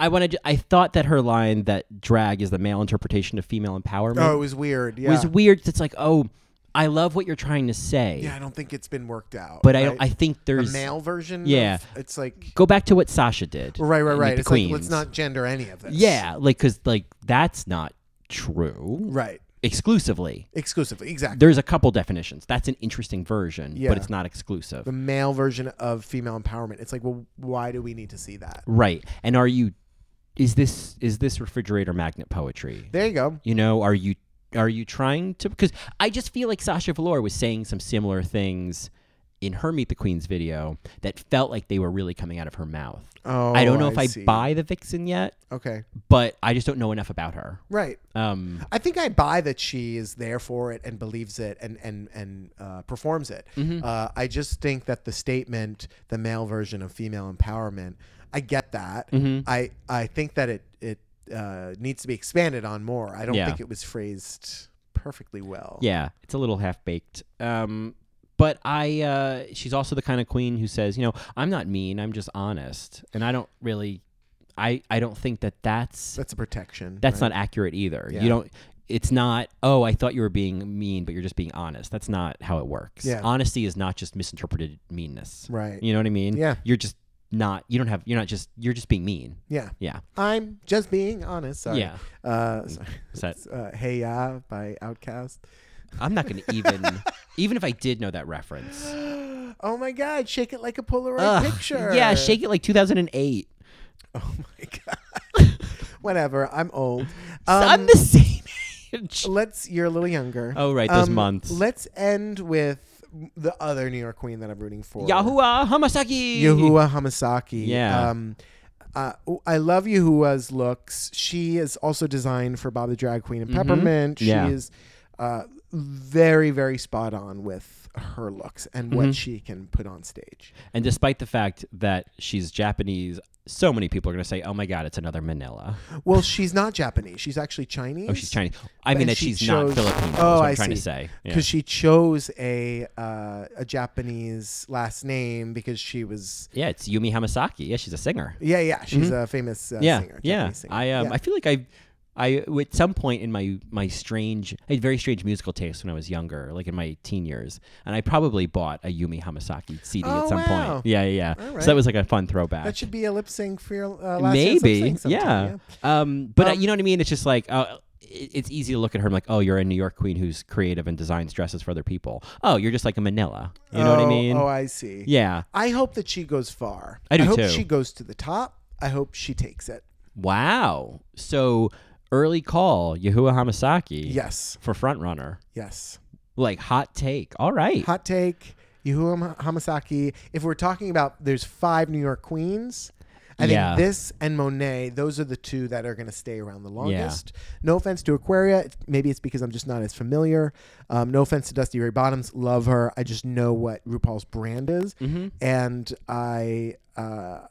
I wanted. I thought that her line that drag is the male interpretation of female empowerment.
Oh, it was weird. Yeah.
was weird. It's like, oh, I love what you're trying to say,
yeah, I don't think it's been worked out.
but I
right?
don't. I think
the
there's
male version.
Yeah.
of- it's like
go back to what Sasha did.
right, right,
with
right.
the
It's like let's
queens.
not gender any of this.
Yeah, like because like that's not true
Right.
exclusively.
Exclusively. Exactly.
There's a couple definitions. That's an interesting version,
Yeah.
but it's not exclusive.
the male version of female empowerment. It's like, well, why do we need to see that?
Right. And are you? Is this is this refrigerator magnet poetry?
There you go.
You know, are you are you trying to? Because I just feel like Sasha Velour was saying some similar things in her Meet the Queens video that felt like they were really coming out of her mouth.
Oh,
I don't know if I
see.
buy the Vixen yet,
Okay,
but I just don't know enough about her.
right.
Um,
I think I buy that she is there for it and believes it and and and uh, performs it.
Mm-hmm.
Uh, I just think that the statement, the male version of female empowerment, I get that.
Mm-hmm.
I I think that it it uh, needs to be expanded on more. I don't
Yeah.
think it was phrased perfectly well.
yeah, it's a little half baked. Um, but I, uh, she's also the kind of queen who says, you know, I'm not mean, I'm just honest, and I don't really, I, I don't think that that's
that's a protection.
that's
right?
not accurate either.
Yeah.
You don't. It's not. Oh, I thought you were being mean, but you're just being honest. That's not how it works.
Yeah.
Honesty is not just misinterpreted meanness.
right.
You know what I mean?
Yeah.
You're just not. You don't have. You're not just. You're just being mean.
Yeah,
Yeah.
I'm just being honest. Sorry.
Yeah.
Uh, sorry.
Is that-
uh, hey Ya by Outkast.
I'm not going to even. even if I did know that reference.
oh my God! Shake it like a Polaroid
Ugh,
picture.
Yeah. Shake it like 2008.
Oh my God. Whatever. I'm old.
I'm
Um,
the same age.
let's. You're a little younger. Um,
Oh, right, those months.
Let's end with the other New York queen that I'm rooting for.
Yahuwah Hamasaki.
Yahuwah Hamasaki.
Yeah.
Um, uh, I love Yahuwah's looks. She is also designed for Bob the Drag Queen and Peppermint. She
Mm-hmm. Yeah.
is uh, very, very spot on with her looks and
Mm-hmm.
what she can put on stage.
And despite the fact that she's Japanese, so many people are going to say, "Oh my God, it's another Manila."
Well, she's not Japanese. She's actually Chinese.
Oh, she's Chinese. I mean
And
that
she
she's not
chose-
Filipino.
Oh,
is what I'm
I
trying to
see.
say. Yeah.
Because she chose a uh, a Japanese last name because she was
Yeah, it's Yumi Hamasaki. Yeah, she's a singer.
yeah yeah she's a famous uh,
Mm-hmm. yeah,
singer
yeah.
Japanese singer.
I um,
Yeah.
I feel like I, I at some point in my my strange, I had very strange musical taste when I was younger, like in my teen years, and I probably bought a Yumi Hamasaki CD
Oh,
at some
wow.
point. Yeah, yeah. yeah.
All
So
right.
that was like a fun throwback.
that should be a lip sync for your uh, last year's lip
Maybe,
sync sometime,
yeah. Um, but uh,
Um,
you know what I mean. It's just like. Uh, it- it's easy to look at her and like, oh, you're a New York queen who's creative and designs dresses for other people. Oh, you're just like a Manila. You know what I
Oh,
mean?
Oh, I see.
yeah.
I hope that she goes far.
I do
hope
too.
she goes to the top. I hope she takes it.
Wow. So early call, Yahuwah Hamasaki.
Yes.
For front runner.
Yes.
Like hot take. All right.
Hot take. Yahuwah Hamasaki. If we're talking about there's five New York queens, I
Yeah.
think this and Monet, those are the two that are going to stay around the longest. No offense to Aquaria. It's- Maybe it's because I'm just not as familiar. Um, no offense to Dusty Ray Bottoms. Love her. I just know what RuPaul's brand is.
Mm-hmm.
And I uh,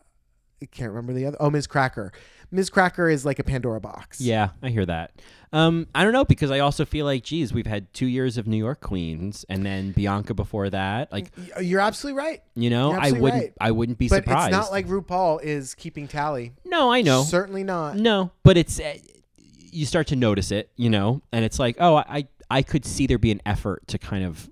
I can't remember the other. Oh, Ms. Cracker. Ms. Cracker is like a Pandora box.
Yeah, I hear that. Um, I don't know because I also feel like, geez, we've had two years of New York queens, and then Bianca before that. Like,
Y- You're absolutely right.
you know,
You're
I
absolutely
wouldn't,
right.
I wouldn't be
But
surprised.
it's not like RuPaul is keeping tally.
no, I know,
Certainly not.
no, but it's uh, you start to notice it, you know, and it's like, oh, I, I could see there be an effort to kind of,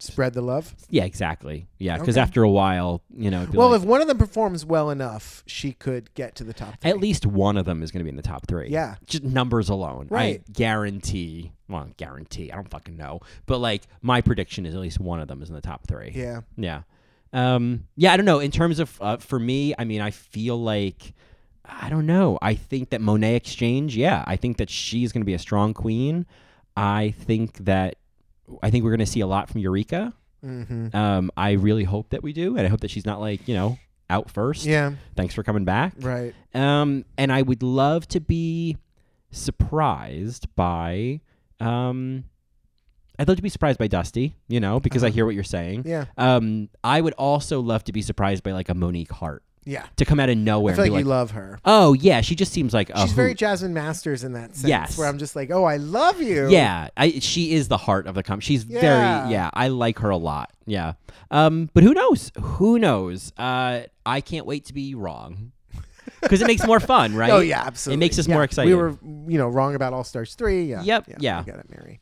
Spread the love.
yeah, exactly, yeah, because
Okay.
after a while, you know, it'd be
Well,
like,
if one of them performs well enough, she could get to the top. Three.
at least one of them is going to be in the top three.
Yeah.
just numbers alone, I
Right.
guarantee. Well, guarantee. I don't fucking know, but like my prediction is at least one of them is in the top three.
Yeah.
Yeah. Um, yeah, I don't know. In terms of uh, for me, I mean, I feel like I don't know. I think that Monet Exchange. Yeah, I think that she's going to be a strong queen. I think that I think we're going to see a lot from Eureka.
Mm-hmm.
Um, I really hope that we do, and I hope that she's not like you know out first.
Yeah.
Thanks for coming back.
Right.
Um, and I would love to be surprised by um. I'd love to be surprised by Dusty, you know, because I hear what you're saying.
Uh-huh. Yeah.
Um, I would also love to be surprised by like a Monique Hart
Yeah.
to come out of nowhere.
I feel
and
like,
be
you
like,
love her.
oh yeah, she just seems like a
She's very
hoot."
Jasmine Masters in that sense.
Yes.
Where I'm just like, oh, I love you.
yeah. I, she is the heart of the com. She's
Yeah.
very yeah. I like her a lot. Yeah. Um, but who knows? Who knows? Uh, I can't wait to be wrong because it makes more fun, right?
Oh yeah, absolutely.
makes us
Yeah.
more
We
excited.
were, you know, wrong about All Stars three. Yeah.
Yep. Yeah.
I got it, Mary.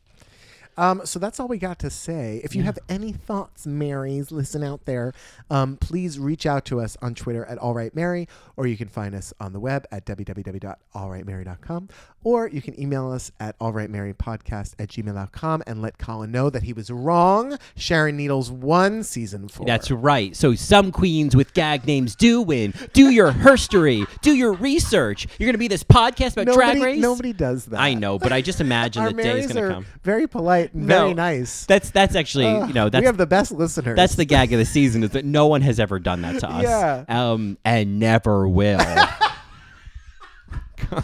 Um, so that's all we got to say. If you have any thoughts, Marys, listen out there, um, please reach out to us on Twitter at All Right Mary, or you can find us on the web at www.allrightmary.com, or you can email us at allrightmarypodcast at gmail.com and let Colin know that he was wrong. Sharon Needles won season four.
That's right. So some queens with gag names do win. Do your herstory. Do your research. You're gonna be this podcast about
nobody,
drag race.
Nobody does that.
I know, but I just imagine
Our
the day is
Marys
gonna
are
come.
very polite and
No.
very nice.
That's that's actually you know that's
we have the best listeners.
That's the gag of the season is that no one has ever done that to us.
Yeah.
Um, and never will.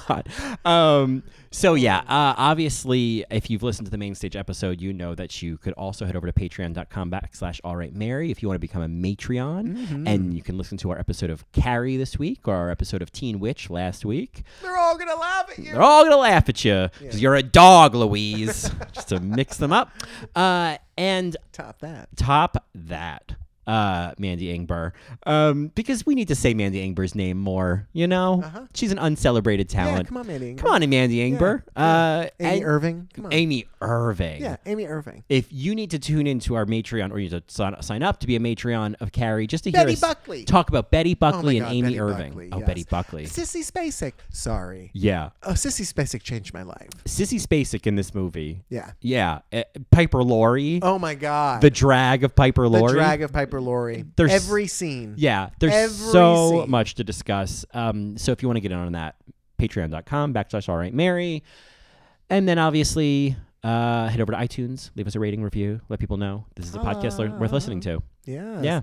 God. Um, so yeah, uh, obviously, if you've listened to the main stage episode, you know that you could also head over to patreon.com backslash all right Mary if you want to become a Matreon. And you can listen to our episode of Carrie this week or our episode of Teen Witch last week.
They're all gonna laugh at you.
They're all gonna laugh at you because you're a dog, Louise. just to mix them up. Uh, and
Top that.
top that uh mandy ingber um because we need to say mandy ingber's name more you know she's an uncelebrated
Uh-huh. Yeah,
talent
come on, Mandy. Ingram.
come on mandy ingber uh
Amy
and-
Irving. Come on.
amy irving
yeah, Amy Irving.
if you need to tune into our Matreon or you need to sign, sign up to be a Matreon of Carrie just to hear
Betty
us
Buckley.
talk about Betty
Oh
Buckley
my
and
God,
Amy
Betty
Irving.
Buckley,
oh,
yes.
Betty Buckley.
Sissy Spacek. Sorry.
Yeah.
Oh, Sissy Spacek changed my life.
Sissy Spacek in this movie.
Yeah.
Yeah. Uh, Piper Laurie.
Oh my God.
The drag of Piper
The
Laurie.
drag of Piper Laurie.
There's-
Every scene.
Yeah, there's
Every
so
scene.
much to discuss. Um, so if you want to get in on that, patreon.com backslash all right Mary. And then obviously uh, head over to iTunes, leave us a rating review, let people know this is a podcast lear- worth listening to.
Yeah.
Yeah.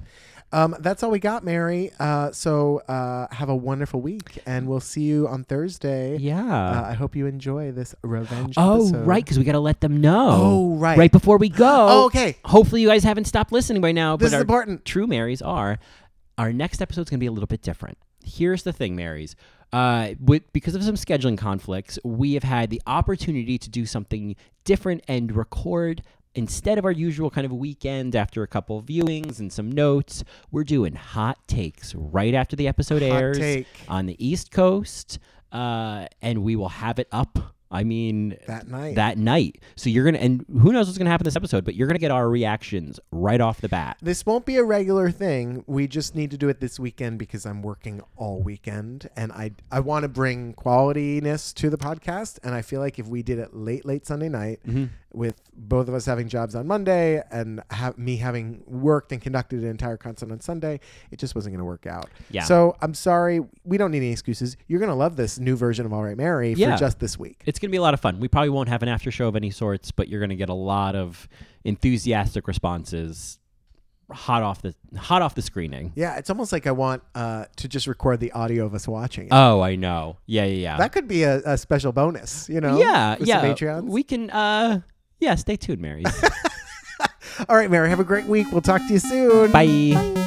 Um, that's all we got, Mary. Uh, so uh, have a wonderful week, and we'll see you on Thursday. Uh,
Yeah.
I hope you enjoy this revenge.
oh,
episode.
right, because we got to let them know.
Oh, right.
Right before we go.
Oh, okay.
Hopefully you guys haven't stopped listening by now.
This
but
is
our
important.
True Marys are. Our next episode's going to be a little bit different. Here's the thing, Marys. Uh, with, because of some scheduling conflicts, we have had the opportunity to do something different and record instead of our usual kind of weekend after a couple of viewings and some notes. We're doing hot takes right after the episode
Hot
airs
take.
on the East Coast, uh, and we will have it up. I mean,
That night.
that night. So you're gonna, and who knows what's gonna happen this episode, but you're gonna get our reactions right off the bat.
This won't be a regular thing. We just need to do it this weekend because I'm working all weekend and I I want to bring qualityness to the podcast and I feel like if we did it late late Sunday night
Mm-hmm.
with both of us having jobs on Monday and ha- me having worked and conducted an entire concert on Sunday, it just wasn't going to work out.
Yeah.
So, I'm sorry, we don't need any excuses. You're going to love this new version of All Right Mary
Yeah.
for just this week.
It's going to be a lot of fun. We probably won't have an after show of any sorts, but you're going to get a lot of enthusiastic responses hot off the hot off the screening.
Yeah, it's almost like I want uh, to just record the audio of us watching it.
Oh, I know. Yeah, yeah, yeah.
that could be a, a special bonus, you know?
yeah,
for some
yeah.
Patreons.
We can. uh Yeah, stay tuned, Mary.
All right, Mary, have a great week. We'll talk to you soon.
Bye.